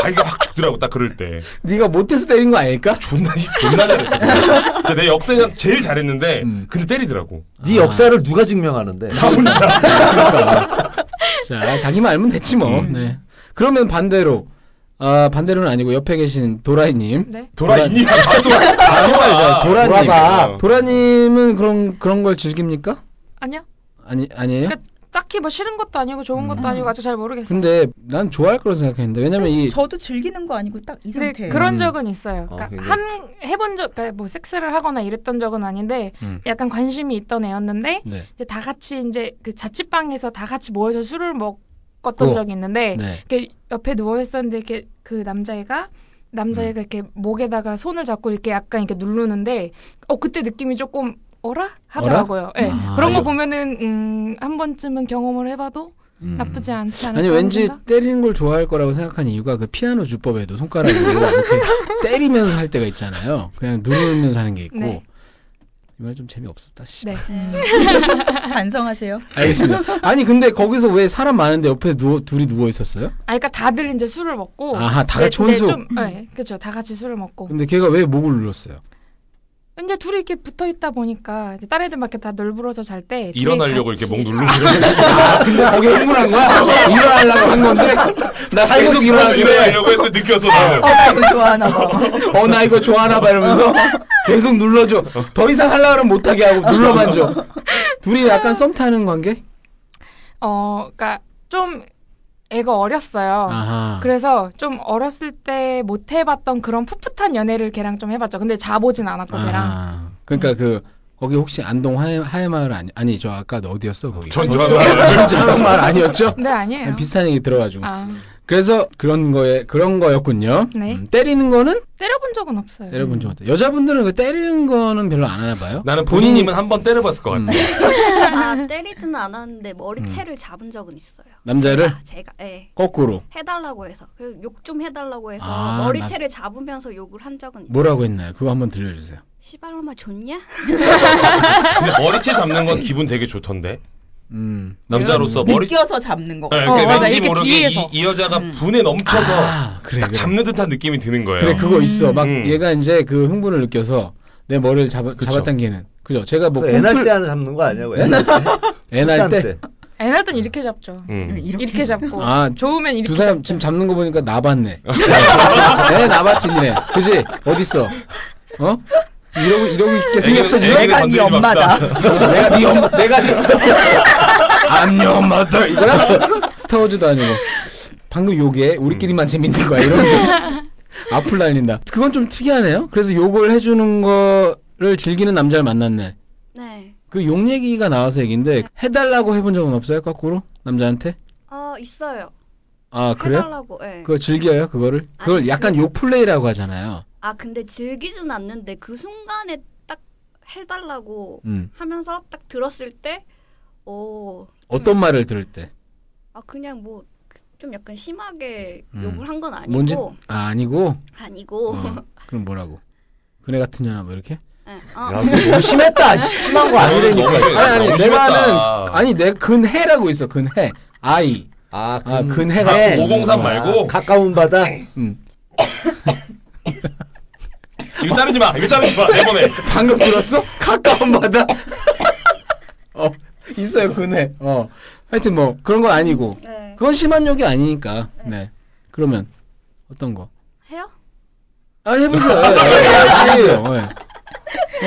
Speaker 3: 자기가 확 죽더라고 딱 그럴 때.
Speaker 7: 네가 못해서 때린 거 아닐까?
Speaker 3: 존나 존나 잘했어. 그거. 진짜 내 역사상 제일 잘했는데 근데 때리더라고.
Speaker 2: 네 역사를 누가 증명하는데?
Speaker 3: 나 혼자. <laughs>
Speaker 7: 아, 자, 자기만 알면 됐지 뭐.
Speaker 3: 음.
Speaker 7: 네. 그러면 반대로 아 반대로는 아니고 옆에 계신 도라이님.
Speaker 6: 네.
Speaker 3: 돌아있니? 어. 아, 돌아.
Speaker 7: 아, 도라님.
Speaker 3: 돌아봐.
Speaker 7: 도라님은 그런 그런 걸 즐깁니까?
Speaker 6: 아니요.
Speaker 7: 아니 아니에요.
Speaker 6: 그러니까 딱히 뭐 싫은 것도 아니고 좋은 것도 아니고 아직 잘 모르겠어요.
Speaker 7: 근데 난 좋아할 거라 생각했는데 왜냐면 이
Speaker 4: 저도 즐기는 거 아니고 딱 이
Speaker 6: 근데
Speaker 4: 상태.
Speaker 7: 음.
Speaker 6: 그런 적은 있어요.
Speaker 2: 어,
Speaker 6: 그러니까
Speaker 2: 굉장히-
Speaker 6: 한 해본 적, 그러니까 뭐 섹스를 하거나 이랬던 적은 아닌데
Speaker 7: 음.
Speaker 6: 약간 관심이 있던 애였는데
Speaker 7: 네.
Speaker 6: 이제 다 같이 이제 그 자취방에서 다 같이 모여서 술을 먹 꿨던
Speaker 7: 어.
Speaker 6: 적이 있는데
Speaker 7: 네.
Speaker 6: 이렇게 옆에 누워 있었는데 이렇게 그 남자애가
Speaker 7: 음.
Speaker 6: 남자애가 이렇게 목에다가 손을 잡고 이렇게 약간 이렇게 누르는데 어 그때 느낌이 조금 어라 하더라고요. 예.
Speaker 7: 아,
Speaker 6: 그런 거
Speaker 7: 이거-
Speaker 6: 보면은 음, 한 번쯤은 경험을 해봐도
Speaker 7: 음.
Speaker 6: 나쁘지 않지 않을까
Speaker 7: 아니
Speaker 6: 하는
Speaker 7: 왠지
Speaker 6: 생각?
Speaker 7: 때리는 걸 좋아할 거라고 생각한 이유가 그 피아노 주법에도 손가락으로 이렇게 때리면서 할 때가 있잖아요. 그냥 누르면서 하는 게 있고
Speaker 6: 네.
Speaker 7: 이번에 좀 재미없었다. 씨.
Speaker 6: 네.
Speaker 4: 음. <laughs> 반성하세요.
Speaker 7: 알겠습니다. 아니 근데 거기서 왜 사람 많은데 옆에 누워 둘이 누워 있었어요?
Speaker 6: 아 그러니까 다들 이제 술을 먹고
Speaker 7: 아하 다
Speaker 6: 네,
Speaker 7: 같이
Speaker 6: 네,
Speaker 7: 혼수. 음.
Speaker 6: 좀, 네, 그렇죠. 다 같이 술을 먹고.
Speaker 7: 근데 걔가 왜 목을 눌렀어요?
Speaker 6: 이제 둘이 이렇게 붙어 있다 보니까 이제 다른 애들 막 이렇게 다 널브러져 잘 때
Speaker 3: 일어나려고 이렇게 목 누르고 <laughs>
Speaker 7: 근데 거기 흥분한 거야? 일어나려고 한 건데 나 계속 일어나길래
Speaker 3: 일어나려고 했는데 느꼈어 나는.
Speaker 4: 좋아하나 봐.
Speaker 7: 어 나 이거 좋아하나 봐 이러면서 계속 눌러줘. 더 이상 하려고 하면 못하게 하고 눌러만 줘. 둘이 약간 썸 타는 관계?
Speaker 6: 어, 그러니까 좀 애가 어렸어요.
Speaker 7: 아하.
Speaker 6: 그래서 좀 어렸을 때 못 해봤던 그런 풋풋한 연애를 걔랑 좀 해봤죠. 근데 자보진 않았고 걔랑
Speaker 7: 아, 그러니까 그 거기 혹시 안동 하회 하회마을 아니 아니 저 아까 너 어디였어 거기?
Speaker 3: 전전하라.
Speaker 7: 전자마을 아니었죠?
Speaker 6: 네 아니에요.
Speaker 7: 비슷한 얘기 들어가지고
Speaker 6: 아
Speaker 7: 그래서 그런 거에 그런 거였군요.
Speaker 6: 네.
Speaker 7: 음, 때리는 거는
Speaker 6: 때려본 적은 없어요.
Speaker 7: 때려본 적 없다. 여자분들은 그 때리는 거는 별로 안 하나 봐요.
Speaker 3: 나는 본인이면 한 번 때려봤을 것 같아.
Speaker 5: 아, 때리지는 않았는데 머리채를 잡은 적은 있어요.
Speaker 7: 남자를?
Speaker 5: 제가, 제가 예.
Speaker 7: 거꾸로
Speaker 5: 해달라고 해서 욕 좀 해달라고 해서
Speaker 7: 아,
Speaker 5: 머리채를 잡으면서 욕을 한 적은 있어요.
Speaker 7: 뭐라고 했나요? 그거 한번 들려주세요.
Speaker 5: 시발로마 좋냐?
Speaker 3: 근데 머리채 잡는 건 기분 되게 좋던데.
Speaker 7: 음.
Speaker 3: 남자로서 어, 머리.
Speaker 4: 느껴서 잡는 거.
Speaker 3: 네,
Speaker 6: 어,
Speaker 3: 그
Speaker 6: 맞아.
Speaker 3: 왠지
Speaker 6: 이렇게
Speaker 3: 모르게
Speaker 6: 뒤에서.
Speaker 3: 이, 이 여자가 분에 넘쳐서
Speaker 7: 아, 그래.
Speaker 3: 딱
Speaker 7: 그래.
Speaker 3: 잡는 듯한 느낌이 드는 거예요.
Speaker 7: 그래 그거 있어. 막
Speaker 3: 음.
Speaker 7: 얘가 이제 그 흥분을 느껴서 내 머리를 잡아
Speaker 3: 그쵸.
Speaker 7: 잡아당기는. 그죠? 제가 뭐
Speaker 2: 애날
Speaker 7: 꿈틀-
Speaker 2: 때 하나 잡는 거 아니야? 뭐 <laughs> 애날 때?
Speaker 7: 애날
Speaker 2: 출산
Speaker 7: 때.
Speaker 6: 애날 땐 이렇게 잡죠.
Speaker 3: 음.
Speaker 4: 이렇게,
Speaker 6: 이렇게 잡고
Speaker 7: 아,
Speaker 6: 좋으면 이렇게
Speaker 7: 두 사람
Speaker 6: 잡죠.
Speaker 7: 지금 잡는 거 보니까 나봤네. 네, 나봤지, 니네. 그지? 어딨어? 어? 이러고, 이러고 있게 생겼어, 지금?
Speaker 3: 애기는 건드리지
Speaker 4: 네 엄마다.
Speaker 3: 맙시다.
Speaker 7: 내가 니 엄마, 내가 니 I'm your mother. 이거야? 스타워즈도 아니고. 방금 요게 우리끼리만 재밌는 거야, 이런 게. 앞을 날린다. 그건 좀 특이하네요. 그래서 욕을 해주는 거를 즐기는 남자를 만났네.
Speaker 5: 네.
Speaker 7: 그 욕 얘기가 나와서 얘기인데, 해달라고 해본 적은 없어요, 거꾸로? 남자한테?
Speaker 5: 어, 있어요.
Speaker 7: 아, 그래요?
Speaker 5: 해달라고. 예.
Speaker 7: 그거 즐겨요, 그거를? 그걸
Speaker 5: 아니,
Speaker 7: 약간
Speaker 5: 그-
Speaker 7: 욕 플레이라고 하잖아요.
Speaker 5: 아, 근데 즐기진 않는데 그 순간에 딱 해달라고
Speaker 7: 음.
Speaker 5: 하면서 딱 들었을 때, 오,
Speaker 7: 어떤 말을 들을 때.
Speaker 5: 아, 그냥 뭐, 좀 약간 심하게
Speaker 7: 음.
Speaker 5: 욕을 한 건 아니고,
Speaker 7: 뭔지 아, 아니고.
Speaker 5: 아니고,
Speaker 7: 어, 그럼 뭐라고? 그네 같은 년아 뭐 이렇게?
Speaker 5: <laughs> 예,
Speaker 2: 야,
Speaker 5: 어,
Speaker 2: 너
Speaker 7: 그-
Speaker 2: 너무 심했다. 씨. 심한 거 아니라니까. 뭐
Speaker 3: 너무 심해.
Speaker 7: 아니 아니
Speaker 3: 너무
Speaker 7: 내 말은
Speaker 3: 심했다.
Speaker 7: 아니 내 근해라고 있어 근해 아이
Speaker 2: 아,
Speaker 7: 아,
Speaker 2: 근-
Speaker 7: 근해가
Speaker 2: 네.
Speaker 3: 503 말고.
Speaker 2: 가까운 바다.
Speaker 3: 이거 자르지 마. 이거 자르지 마. 내보내.
Speaker 7: <laughs> 방금 들었어? 가까운 바다 <laughs> 어 있어요 근해 어 하여튼 뭐 그런 건 아니고
Speaker 5: 네.
Speaker 7: 그건 심한 욕이 아니니까 네 그러면 어떤 거?
Speaker 5: <laughs> 해요?
Speaker 7: 아 해보세요 예, 예, 해보세요 예.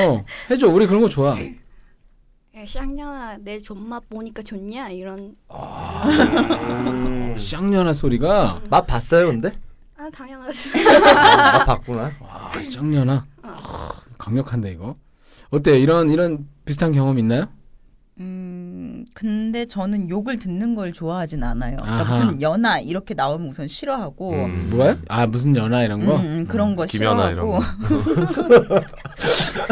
Speaker 7: 어 해줘 우리 그런 거 좋아
Speaker 5: 야, 쌍년아, 내 존맛 보니까 좋냐? 이런.
Speaker 7: 쌍년아 소리가
Speaker 2: 맛 봤어요, 근데?
Speaker 5: 아, 당연하지. <laughs>
Speaker 2: 맛 봤구나.
Speaker 7: 아 쌍년아 아, 강력한데 이거 어때요 이런 이런 비슷한 경험 있나요?
Speaker 4: 음, 근데 저는 욕을 듣는 걸 좋아하진 않아요. 그러니까
Speaker 7: 아하.
Speaker 4: 무슨 연하 이렇게 나오면 우선 싫어하고
Speaker 3: 음.
Speaker 7: 뭐야? 아 무슨 연하 이런
Speaker 4: 음,
Speaker 7: 거?
Speaker 4: 음, 그런 거
Speaker 3: 김연아 이런
Speaker 4: 싫어하고
Speaker 3: 거.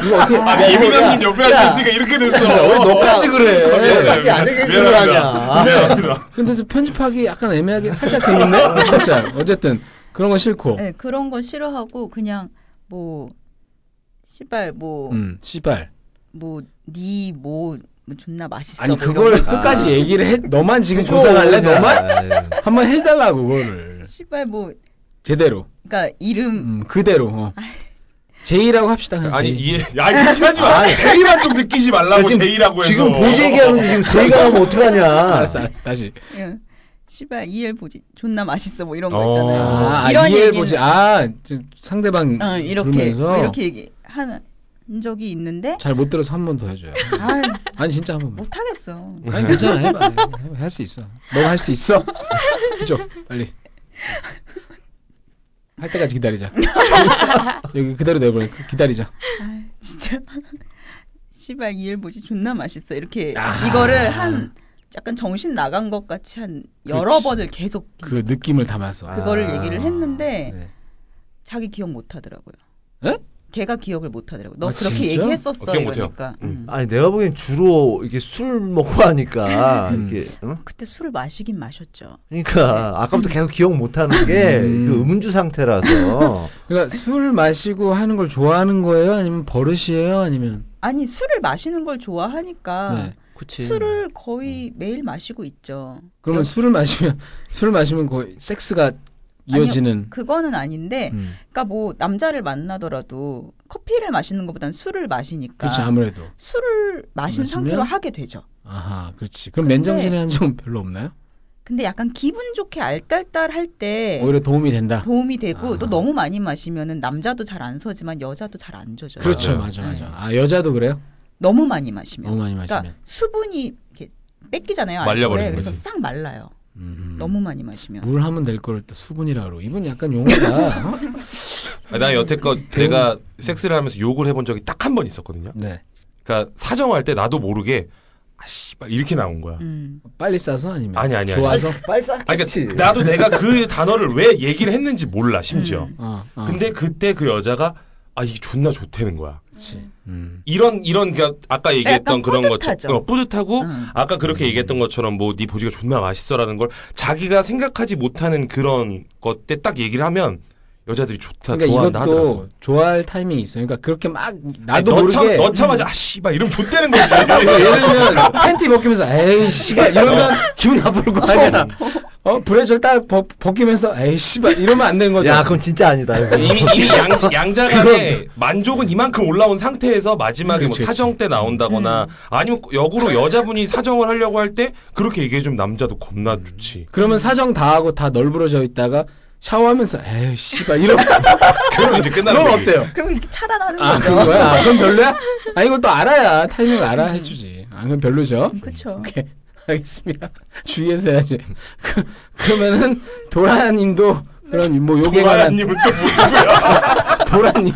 Speaker 7: 이거 어떻게
Speaker 3: 아니 그 이민아님 옆에 앉아있으니까 이렇게 됐어.
Speaker 7: 너까지 그래?
Speaker 2: 똑같이 안 되게 그걸
Speaker 3: 네, 미안합니다.
Speaker 2: 하냐.
Speaker 3: 미안합니다.
Speaker 7: 근데 좀 편집하기 약간 애매하게 살짝 되는데 살짝 어쨌든 그런 건 싫고
Speaker 4: 네, 그런 거 싫어하고 그냥 뭐 시발 뭐뭐니뭐
Speaker 7: 음 씨발
Speaker 4: 뭐, 존나 맛있어.
Speaker 7: 아니
Speaker 4: 뭐 이런
Speaker 7: 그걸
Speaker 4: 거.
Speaker 7: 끝까지 얘기를 해 너만
Speaker 3: 네.
Speaker 7: 지금
Speaker 2: 어, 네.
Speaker 7: 고상할래 너만
Speaker 2: 아유.
Speaker 7: 한번 해달라고 그거를
Speaker 4: 시발 뭐
Speaker 7: 제대로
Speaker 4: 그러니까 이름
Speaker 7: 음 그대로 어.
Speaker 4: 아.
Speaker 7: 제이라고 합시다 그냥
Speaker 3: 아니
Speaker 7: 제이. 아,
Speaker 3: 이해. 야 이렇게 하지 마. 제이만 좀 느끼지 말라고
Speaker 2: 지금-
Speaker 3: 제이라고 해서.
Speaker 2: 지금 보지 얘기하는데 지금 제이가 하면 어떡하냐.
Speaker 7: 알았어 알았어 다시
Speaker 4: 예. 시발 이엘 보지 존나 맛있어 뭐 이런 거
Speaker 3: 어.
Speaker 4: 있잖아요.
Speaker 7: 아,
Speaker 4: 이런
Speaker 7: 이해를
Speaker 4: 얘기는-
Speaker 7: 보지 아 저- 상대방
Speaker 4: 어, 이렇게
Speaker 7: 음, 부르면서
Speaker 4: 뭐 이렇게 얘기 한 적이 있는데
Speaker 7: 잘 못 들어서 한 번 더
Speaker 4: <laughs>
Speaker 7: 해줘요
Speaker 4: 아
Speaker 7: 아니 진짜 한 번만
Speaker 4: 못하겠어. <laughs>
Speaker 7: 아니 괜찮아 해봐 할 수 있어 너가 할 수 있어 그죠 빨리 할 때까지
Speaker 4: <laughs>
Speaker 7: 기다리자 여기 그대로 내버려 기다리자
Speaker 4: 아
Speaker 7: 아.
Speaker 4: 진짜 시발 이엘 보지 존나 맛있어 이렇게 이거를 한 약간 정신 나간 것 같이 한 여러
Speaker 7: 그렇지.
Speaker 4: 번을 계속
Speaker 7: 그 느낌을 담아서
Speaker 4: 그거를 얘기를 했는데
Speaker 7: 네.
Speaker 4: 자기 기억 못 하더라고요.
Speaker 7: 에?
Speaker 4: 걔가 기억을 못 하더라고. 너
Speaker 7: 아,
Speaker 4: 그렇게
Speaker 7: 진짜?
Speaker 4: 얘기했었어.
Speaker 3: 어, 기억 못 해요.
Speaker 4: 이러니까. 음.
Speaker 2: 아니 내가 보기엔 주로 이게 술 먹고 하니까
Speaker 7: 음.
Speaker 2: 이렇게 응?
Speaker 4: 그때 술을 마시긴 마셨죠.
Speaker 2: 그러니까 아까부터 계속 기억 못하는 게
Speaker 7: 음.
Speaker 2: 그 음주 상태라서
Speaker 7: 그러니까 술 마시고 하는 걸 좋아하는 거예요? 아니면 버릇이에요? 아니면
Speaker 4: 아니 술을 마시는 걸 좋아하니까
Speaker 7: 네. 음.
Speaker 2: 그치.
Speaker 4: 술을 거의 매일 마시고 있죠.
Speaker 7: 그러면 술을 마시면 술을 마시면 거의 섹스가 이어지는
Speaker 4: 그거는 아닌데,
Speaker 7: 음.
Speaker 4: 그러니까 뭐 남자를 만나더라도 커피를 마시는 것보단 술을 마시니까
Speaker 7: 그렇지 아무래도
Speaker 4: 술을 마신
Speaker 7: 그렇죠. 마시면?
Speaker 4: 상태로 하게 되죠.
Speaker 7: 아하 그렇지 그럼
Speaker 4: 근데-
Speaker 7: 맨정신에 한 적은 별로 없나요?
Speaker 4: 근데 약간 기분 좋게 알딸딸할 때
Speaker 7: 오히려 도움이 된다.
Speaker 4: 도움이 되고
Speaker 7: 어, 아.
Speaker 4: 또 너무 많이 마시면은 남자도 잘 안 서지만 여자도 잘 안 젖어요.
Speaker 7: 그렇죠
Speaker 3: 맞아요.
Speaker 7: 맞아
Speaker 4: 네.
Speaker 7: 맞아. 아 여자도 그래요?
Speaker 4: 너무 많이 마시면.
Speaker 7: 너무 많이
Speaker 4: 그러니까
Speaker 7: 마시면
Speaker 4: 수분이 이렇게 뺏기잖아요. 알코올에.
Speaker 3: 말려버리는
Speaker 4: 그래서
Speaker 3: 거지.
Speaker 4: 싹 말라요.
Speaker 7: 음.
Speaker 4: 너무 많이 마시면.
Speaker 7: 물 하면 될 걸 또 수분이라 그러고 이분 약간 용어가 어?
Speaker 3: 아, 나 여태껏 내가 섹스를 하면서 욕을 해본 적이 딱 한 번 있었거든요.
Speaker 7: 네
Speaker 3: 그러니까 사정할 때 나도 모르게 아씨발 이렇게 나온 거야.
Speaker 4: 음.
Speaker 7: 빨리 싸서 아니면
Speaker 3: 아니, 아니, 아니.
Speaker 7: 좋아서
Speaker 2: 빨싹
Speaker 3: 아니, 그러니까 나도 내가 그 단어를 왜 얘기를 했는지 몰라 심지어.
Speaker 4: 음.
Speaker 7: 어, 어.
Speaker 3: 아. 근데 그때 그 여자가 아 이게 존나 좋다는 거야.
Speaker 7: 그렇지. 음.
Speaker 3: 이런 이런 그러니까 아까 얘기했던
Speaker 4: 약간
Speaker 3: 그런
Speaker 4: 뿌듯하죠.
Speaker 3: 것처럼 어, 뿌듯하고
Speaker 4: 음.
Speaker 3: 아까 그렇게 얘기했던 것처럼 뭐 네 보지가 존나 맛있어라는 걸 자기가 생각하지 못하는 그런 것 때 딱 얘기를 하면 여자들이 좋다
Speaker 7: 그러니까
Speaker 3: 좋아한다 하더라고.
Speaker 7: 이것도 좋아할 타이밍이 있어요. 그러니까 그렇게 막
Speaker 3: 아니,
Speaker 7: 나도
Speaker 3: 넣자,
Speaker 7: 모르게
Speaker 3: 넣자마자 아 씨발 이러면 좋다는 <laughs> 거지.
Speaker 7: 그러니까 예를 들면 팬티 벗기면서 에이 씨발 이러면 기분 나쁠 거 아니야. 어 브래지를 딱 벗, 벗기면서 에이 씨발 이러면 안 되는 거죠.
Speaker 2: 야 그건 진짜
Speaker 7: <laughs>
Speaker 2: 아니다 이거.
Speaker 3: 이미 이미 양, 양자간의 만족은 이만큼 올라온 상태에서 마지막에
Speaker 7: 그렇지, 음.
Speaker 3: 뭐 사정 때 나온다거나 아니면 역으로 여자분이 사정을 하려고 할 때 그렇게 얘기해 주면 남자도 겁나 좋지.
Speaker 7: 그러면 사정 다 하고 다 널브러져 있다가 샤워하면서 에이 씨발 이러면
Speaker 3: 그럼 이제 끝나는
Speaker 7: 그럼
Speaker 3: 거지.
Speaker 7: 어때요?
Speaker 4: 그럼 이렇게 차단하는
Speaker 7: 아
Speaker 4: 거죠.
Speaker 3: <laughs>
Speaker 7: 그런 거야? 아, 그럼 별로야? 아 이걸 또 알아야 타이밍을 알아 해주지. 아 그럼 별로죠. <laughs>
Speaker 4: 그렇죠.
Speaker 7: 오케이 알겠습니다. 주의해서 해야지. <laughs> 그, 그러면은 도라님도 그런 뭐 욕에 관한
Speaker 3: 도마라님은 또 뭐-
Speaker 6: <laughs>
Speaker 7: 도라님.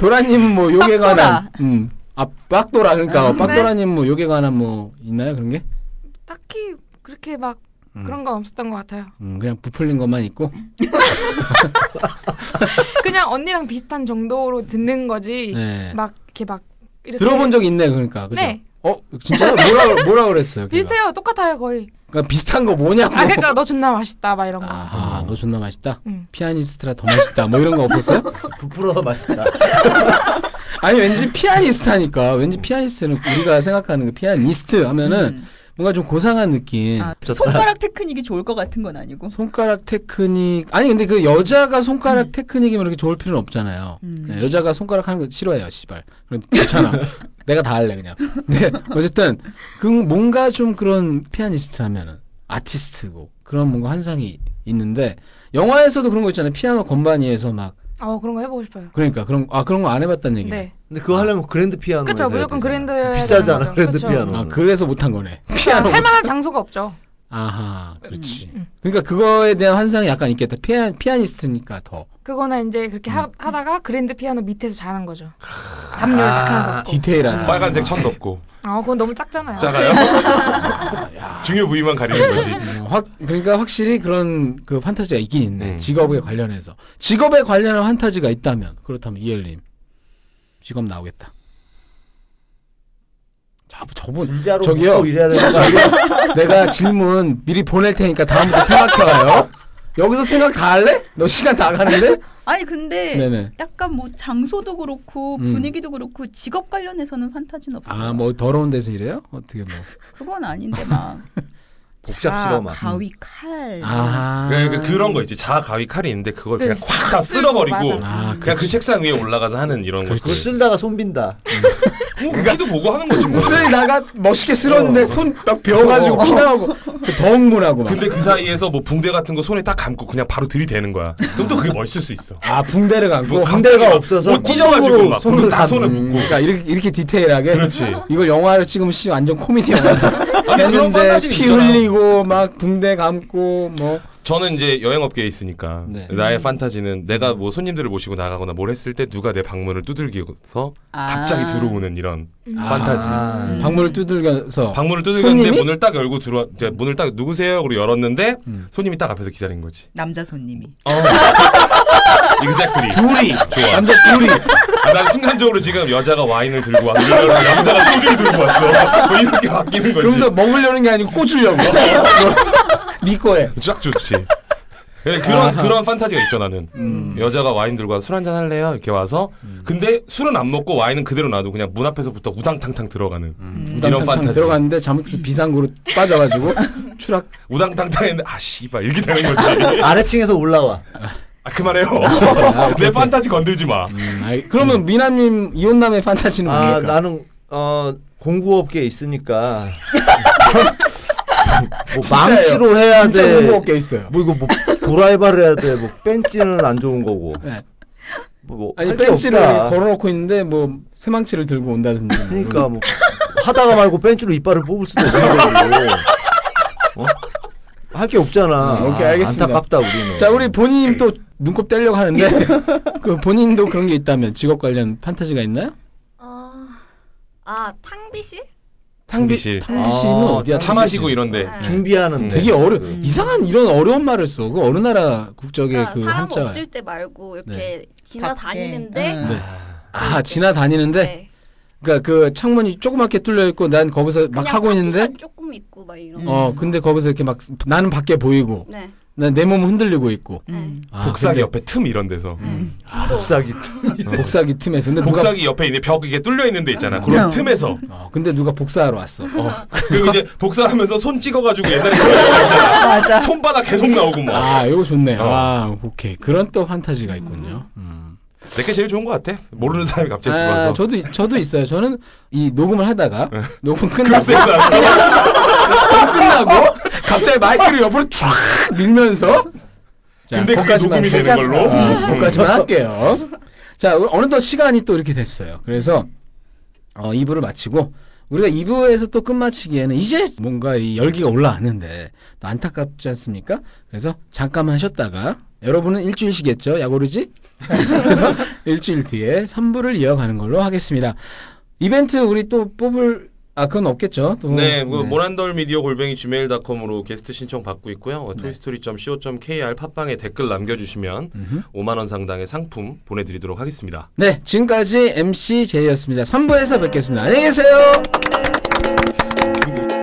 Speaker 7: 도라님 뭐 욕에
Speaker 4: 빡도라.
Speaker 7: 관한. 음. 아, 빡도라. 그러니까
Speaker 6: 아, 네.
Speaker 7: 빡도라님 뭐 욕에 관한 뭐 있나요? 그런 게?
Speaker 6: 딱히 그렇게 막
Speaker 7: 음.
Speaker 6: 그런 건 없었던 것 같아요.
Speaker 7: 음, 그냥 부풀린 것만 있고.
Speaker 6: 그냥 언니랑 비슷한 정도로 듣는 거지.
Speaker 7: 네.
Speaker 6: 막 이렇게 막 이렇게
Speaker 7: 들어본 적 있네. 그러니까. 그죠?
Speaker 6: 네.
Speaker 7: 어, 진짜 뭐라 뭐라 그랬어요? 걔가?
Speaker 6: 비슷해요. 똑같아요 거의.
Speaker 7: 그러니까 비슷한 거 뭐냐고.
Speaker 6: 아 그러니까 너 존나 맛있다 막 이런 거.
Speaker 7: 아하, 너 존나 맛있다.
Speaker 6: 음.
Speaker 7: 피아니스트라 더 맛있다. 뭐 이런 거 없었어요?
Speaker 2: 부풀어 맛있다.
Speaker 7: 아니 왠지 피아니스트니까 왠지 피아니스트는 우리가 생각하는 그 피아니스트 하면은
Speaker 4: 음.
Speaker 7: 뭔가 좀 고상한 느낌.
Speaker 4: 아, 손가락 테크닉이 좋을 것 같은 건 아니고.
Speaker 7: 손가락 테크닉 아니 근데 그 여자가 손가락 테크닉이면 이렇게 좋을 필요는 없잖아요.
Speaker 4: 음.
Speaker 7: 네, 여자가 손가락 하는 거 싫어해요, 씨발. 그럼 괜찮아. 내가 다 할래 그냥. 근데 어쨌든 그 뭔가 좀 그런 피아니스트 하면은 아티스트고 그런 뭔가 환상이 있는데 영화에서도 그런 거 있잖아요. 피아노 건반위에서 막
Speaker 6: 아 그런 거 해보고 싶어요.
Speaker 7: 그러니까 그런 아 그런 거 안 해봤다는 얘기.
Speaker 6: 네.
Speaker 2: 근데 그거 하려면 그랜드 피아노.
Speaker 6: 그쵸, 무조건 그랜드 해야 되는
Speaker 2: 비싸잖아
Speaker 6: 거죠.
Speaker 2: 그랜드
Speaker 6: 그쵸.
Speaker 2: 피아노.
Speaker 7: 아 그래서 못한 거네.
Speaker 6: 그러니까
Speaker 7: 피아노.
Speaker 6: 할 만한 장소가 없죠.
Speaker 7: 아하, 그렇지.
Speaker 6: 음.
Speaker 7: 그러니까 그거에 대한 환상이 약간 있겠다. 피아 피아니스트니까 더.
Speaker 6: 그거나 이제 그렇게 하, 하다가 그랜드 피아노 밑에서 자는 거죠. 담요를 딱 하나 덮고.
Speaker 7: 디테일한.
Speaker 3: 아, 어, 빨간색 천 덮고
Speaker 6: 아 그건 너무 작잖아요.
Speaker 7: <laughs>
Speaker 3: 작아요. 중요 부위만 가리는 거지.
Speaker 7: 어, 확 그러니까 확실히 그런 그 판타지가 있긴 있네.
Speaker 3: 음.
Speaker 7: 직업에 관련해서 직업에 관련한 판타지가 있다면 그렇다면 이엘님 직업 나오겠다. 저, 저분
Speaker 2: 진짜로
Speaker 7: 저기요.
Speaker 2: 먹고 이래야 되는 거 아니야?
Speaker 7: 내가 질문 미리 보낼 테니까 다음부터 생각해와요. 여기서 생각 다 할래? 너 시간 다 가는데?
Speaker 4: 아니 근데
Speaker 7: 네네.
Speaker 4: 약간 뭐 장소도 그렇고
Speaker 7: 음.
Speaker 4: 분위기도 그렇고 직업 관련해서는 판타지는 없어요.
Speaker 7: 아 뭐 더러운 데서 이래요? 어떻게 뭐?
Speaker 4: 그건 아닌데 막.
Speaker 2: 복잡스러워, 막.
Speaker 4: 자, 가위 칼.
Speaker 7: 아
Speaker 3: 그러니까 그런 거 있지. 자 가위 칼이 있는데 그걸
Speaker 6: 네,
Speaker 3: 그냥 확 다 쓸어버리고
Speaker 6: 맞아.
Speaker 7: 아,
Speaker 3: 그냥 그 책상 위에 올라가서 하는 이런 거. 지
Speaker 7: 그렇지.
Speaker 2: <laughs> 그거 쓸다가 손빈다.
Speaker 3: 웃기도 보고 하는 거지 뭐.
Speaker 7: 쓰다가 멋있게 쓸었는데 손 딱 베어가지고 피나오고 더 흥분하고 막.
Speaker 3: 어. 근데 그 사이에서 뭐 붕대 같은 거 손에 딱 감고 그냥 바로 들이대는 거야. 그럼 또 그게 멋있을 수 있어.
Speaker 7: 아 붕대를 감고
Speaker 3: 뭐 갑자기
Speaker 2: 군대가
Speaker 3: 막
Speaker 2: 없어서
Speaker 3: 옷 찢어가지고 막
Speaker 2: 손으로
Speaker 3: 손으로 다
Speaker 2: 감-
Speaker 3: 손에
Speaker 7: 음,
Speaker 3: 묻고.
Speaker 7: <laughs> 그러니까 이렇게, 이렇게 디테일하게
Speaker 3: 그렇지.
Speaker 7: 이걸 영화를 찍으면 씨 완전 코미디 영화다
Speaker 3: 아니, 그런
Speaker 7: 했는데
Speaker 3: 판타지는
Speaker 7: 피
Speaker 3: 있잖아.
Speaker 7: 흘리고 막 붕대 감고 뭐
Speaker 3: 저는 이제 여행업계에 있으니까
Speaker 7: 네.
Speaker 3: 나의 판타지는 내가 뭐 손님들을 모시고 나가거나 뭘 했을 때 누가 내 방문을 두들겨서
Speaker 4: 아.
Speaker 3: 갑자기 들어오는 이런 판타지. 음.
Speaker 7: 아, 방문을 두들겨서
Speaker 3: 방문을 두들겼는데
Speaker 7: 어. 손님이?
Speaker 3: 문을 딱 열고 들어 이제 문을 딱 누구세요? 그리고 열었는데
Speaker 7: 음.
Speaker 3: 손님이 딱 앞에서 기다린 거지.
Speaker 4: 남자 손님이.
Speaker 3: 어. exactly.
Speaker 7: 둘이
Speaker 3: 좋아.
Speaker 7: 남자 둘이
Speaker 3: 아, 난 순간적으로 지금 여자가 와인을 들고 왔고 남자가 소주를 들고 왔어. <laughs> 뭐 이렇게 바뀌는 거지.
Speaker 7: 그러면서 먹으려는 게 아니고 꽂으려고 네 미꺼에
Speaker 3: 쫙 좋지. 예, 그런 그런 판타지가 있죠 나는.
Speaker 7: 음.
Speaker 3: 여자가 와인 들고 와서 술 한잔 할래요 이렇게 와서 근데 술은 안 먹고 와인은 그대로 놔도 그냥 문 앞에서부터 우당탕탕 들어가는 이런
Speaker 7: 음. 우당탕탕
Speaker 3: 판타지.
Speaker 7: 들어갔는데 잘못해서 비상구로 빠져가지고 추락
Speaker 3: 우당탕탕 했는데 아 씨발 이렇게 되는
Speaker 7: <laughs>
Speaker 3: 거지.
Speaker 2: 아래층에서 올라와.
Speaker 3: 아 그만해요. <laughs> 내 판타지 건들지 마.
Speaker 7: 아이, 그러면 미남님 이혼남의 판타지는
Speaker 2: 아
Speaker 7: 뭡니까?
Speaker 2: 나는 어 공구업계에
Speaker 7: <laughs>
Speaker 2: 있으니까 뭐
Speaker 7: 진짜예요.
Speaker 2: 망치로 해야
Speaker 7: 진짜
Speaker 2: 돼.
Speaker 7: 공부 업계 있어요.
Speaker 2: 뭐 이거 뭐 도라이바를 해야 돼. 뭐 벤치는 안 좋은 거고.
Speaker 7: 네.
Speaker 2: 뭐, 뭐
Speaker 7: 아니
Speaker 2: 할게
Speaker 7: 벤치를
Speaker 2: 없다.
Speaker 7: 걸어놓고 있는데 뭐 새망치를 들고 온다든지 뭐
Speaker 2: 그러니까 뭐 하다가 말고 벤치로 이빨을 뽑을 수도 없는 거고. 어? 할 게 없잖아.
Speaker 7: 음, 오케이,
Speaker 2: 아,
Speaker 7: 알겠습니다.
Speaker 2: 안타깝다 우리는.
Speaker 7: 자, 우리 본인님 또 눈곱 떼려고 하는데 <laughs> 그 본인도 그런 게 있다면 직업 관련 판타지가 있나요?
Speaker 5: 어... 아 탕비실?
Speaker 3: 탕비실.
Speaker 7: 탕비실은
Speaker 2: 아,
Speaker 7: 어디야?
Speaker 3: 차 마시고 이런데
Speaker 5: 네.
Speaker 2: 준비하는데
Speaker 7: 되게 어려 이상한 이런 어려운 말을 써. 그 어느 나라 국적의
Speaker 5: 그러니까
Speaker 7: 그 네.
Speaker 5: 사람
Speaker 7: 한자.
Speaker 5: 없을 때 말고 이렇게
Speaker 4: 밖에.
Speaker 5: 지나다니는데
Speaker 4: 응.
Speaker 7: 아, 지나다니는데
Speaker 5: 네.
Speaker 7: 그러니까 그 창문이 조그맣게 뚫려 있고 난 거기서 막
Speaker 5: 그냥
Speaker 7: 하고 있는데
Speaker 5: 파티션 조금 있고 막 이런 거.
Speaker 7: 어, 근데 거기서 이렇게 막 나는 밖에 보이고
Speaker 5: 네.
Speaker 7: 난 내 몸 흔들리고 있고.
Speaker 4: 음.
Speaker 7: 아,
Speaker 3: 복사기
Speaker 7: 근데-
Speaker 3: 옆에 틈 이런 데서 음.
Speaker 2: 복사기
Speaker 7: 복사기 틈에서 근데 누가
Speaker 3: 어. 복사기 옆에 이제 벽 이게 뚫려 있는 데 있잖아. 그런
Speaker 4: 어.
Speaker 7: <laughs>
Speaker 3: 틈에서
Speaker 7: 어, 근데 누가 복사하러 왔어.
Speaker 3: 그리고 이제 복사하면서 손 찍어가지고 옛날에 그런 거 있잖아.
Speaker 4: 맞아.
Speaker 3: 손바닥 계속 나오고 막.
Speaker 7: 아, 요거 좋네.
Speaker 3: 어.
Speaker 7: 아, 오케이. 그런 또 판타지가 있군요.
Speaker 3: 내게 제일 좋은 것 같아. 모르는 사람이 갑자기
Speaker 7: 아,
Speaker 3: 들어와서. 네.
Speaker 7: 저도 저도 있어요. 저는 이 녹음을 하다가 녹음
Speaker 3: 그럼
Speaker 7: 끝나고
Speaker 3: 섹스하는 거. <laughs>
Speaker 7: 끝나고 갑자기 마이크를 옆으로 촥 밀면서 자,
Speaker 3: 근데 그게
Speaker 7: 거기까지만
Speaker 3: 녹음이 되는
Speaker 7: 살짝,
Speaker 3: 걸로?
Speaker 7: 아,
Speaker 3: 음.
Speaker 7: 거기까지만 할게요. 자, 어- 어느덧 시간이 또 이렇게 됐어요. 그래서 어, 2부를 마치고 우리가 2부에서 또 끝마치기에는 이제 뭔가 이 열기가 올라왔는데 또 안타깝지 않습니까? 그래서 잠깐만 쉬었다가 여러분은 일주일 쉬겠죠? 야고르지? <laughs> 그래서 일주일 뒤에 3부를 이어가는 걸로 하겠습니다. 이벤트 우리 또 뽑을 아 그건 없겠죠? 또
Speaker 3: 네, 그 모란돌 미디어 골뱅이 gmail.com으로 게스트 신청 받고 있고요. 어, toystory.co.kr 팟빵에 댓글 남겨주시면 5만 원 상당의 상품 보내드리도록 하겠습니다.
Speaker 7: 네, 지금까지 MC 제이였습니다. 3부에서 뵙겠습니다. 안녕히 계세요.
Speaker 3: 그리고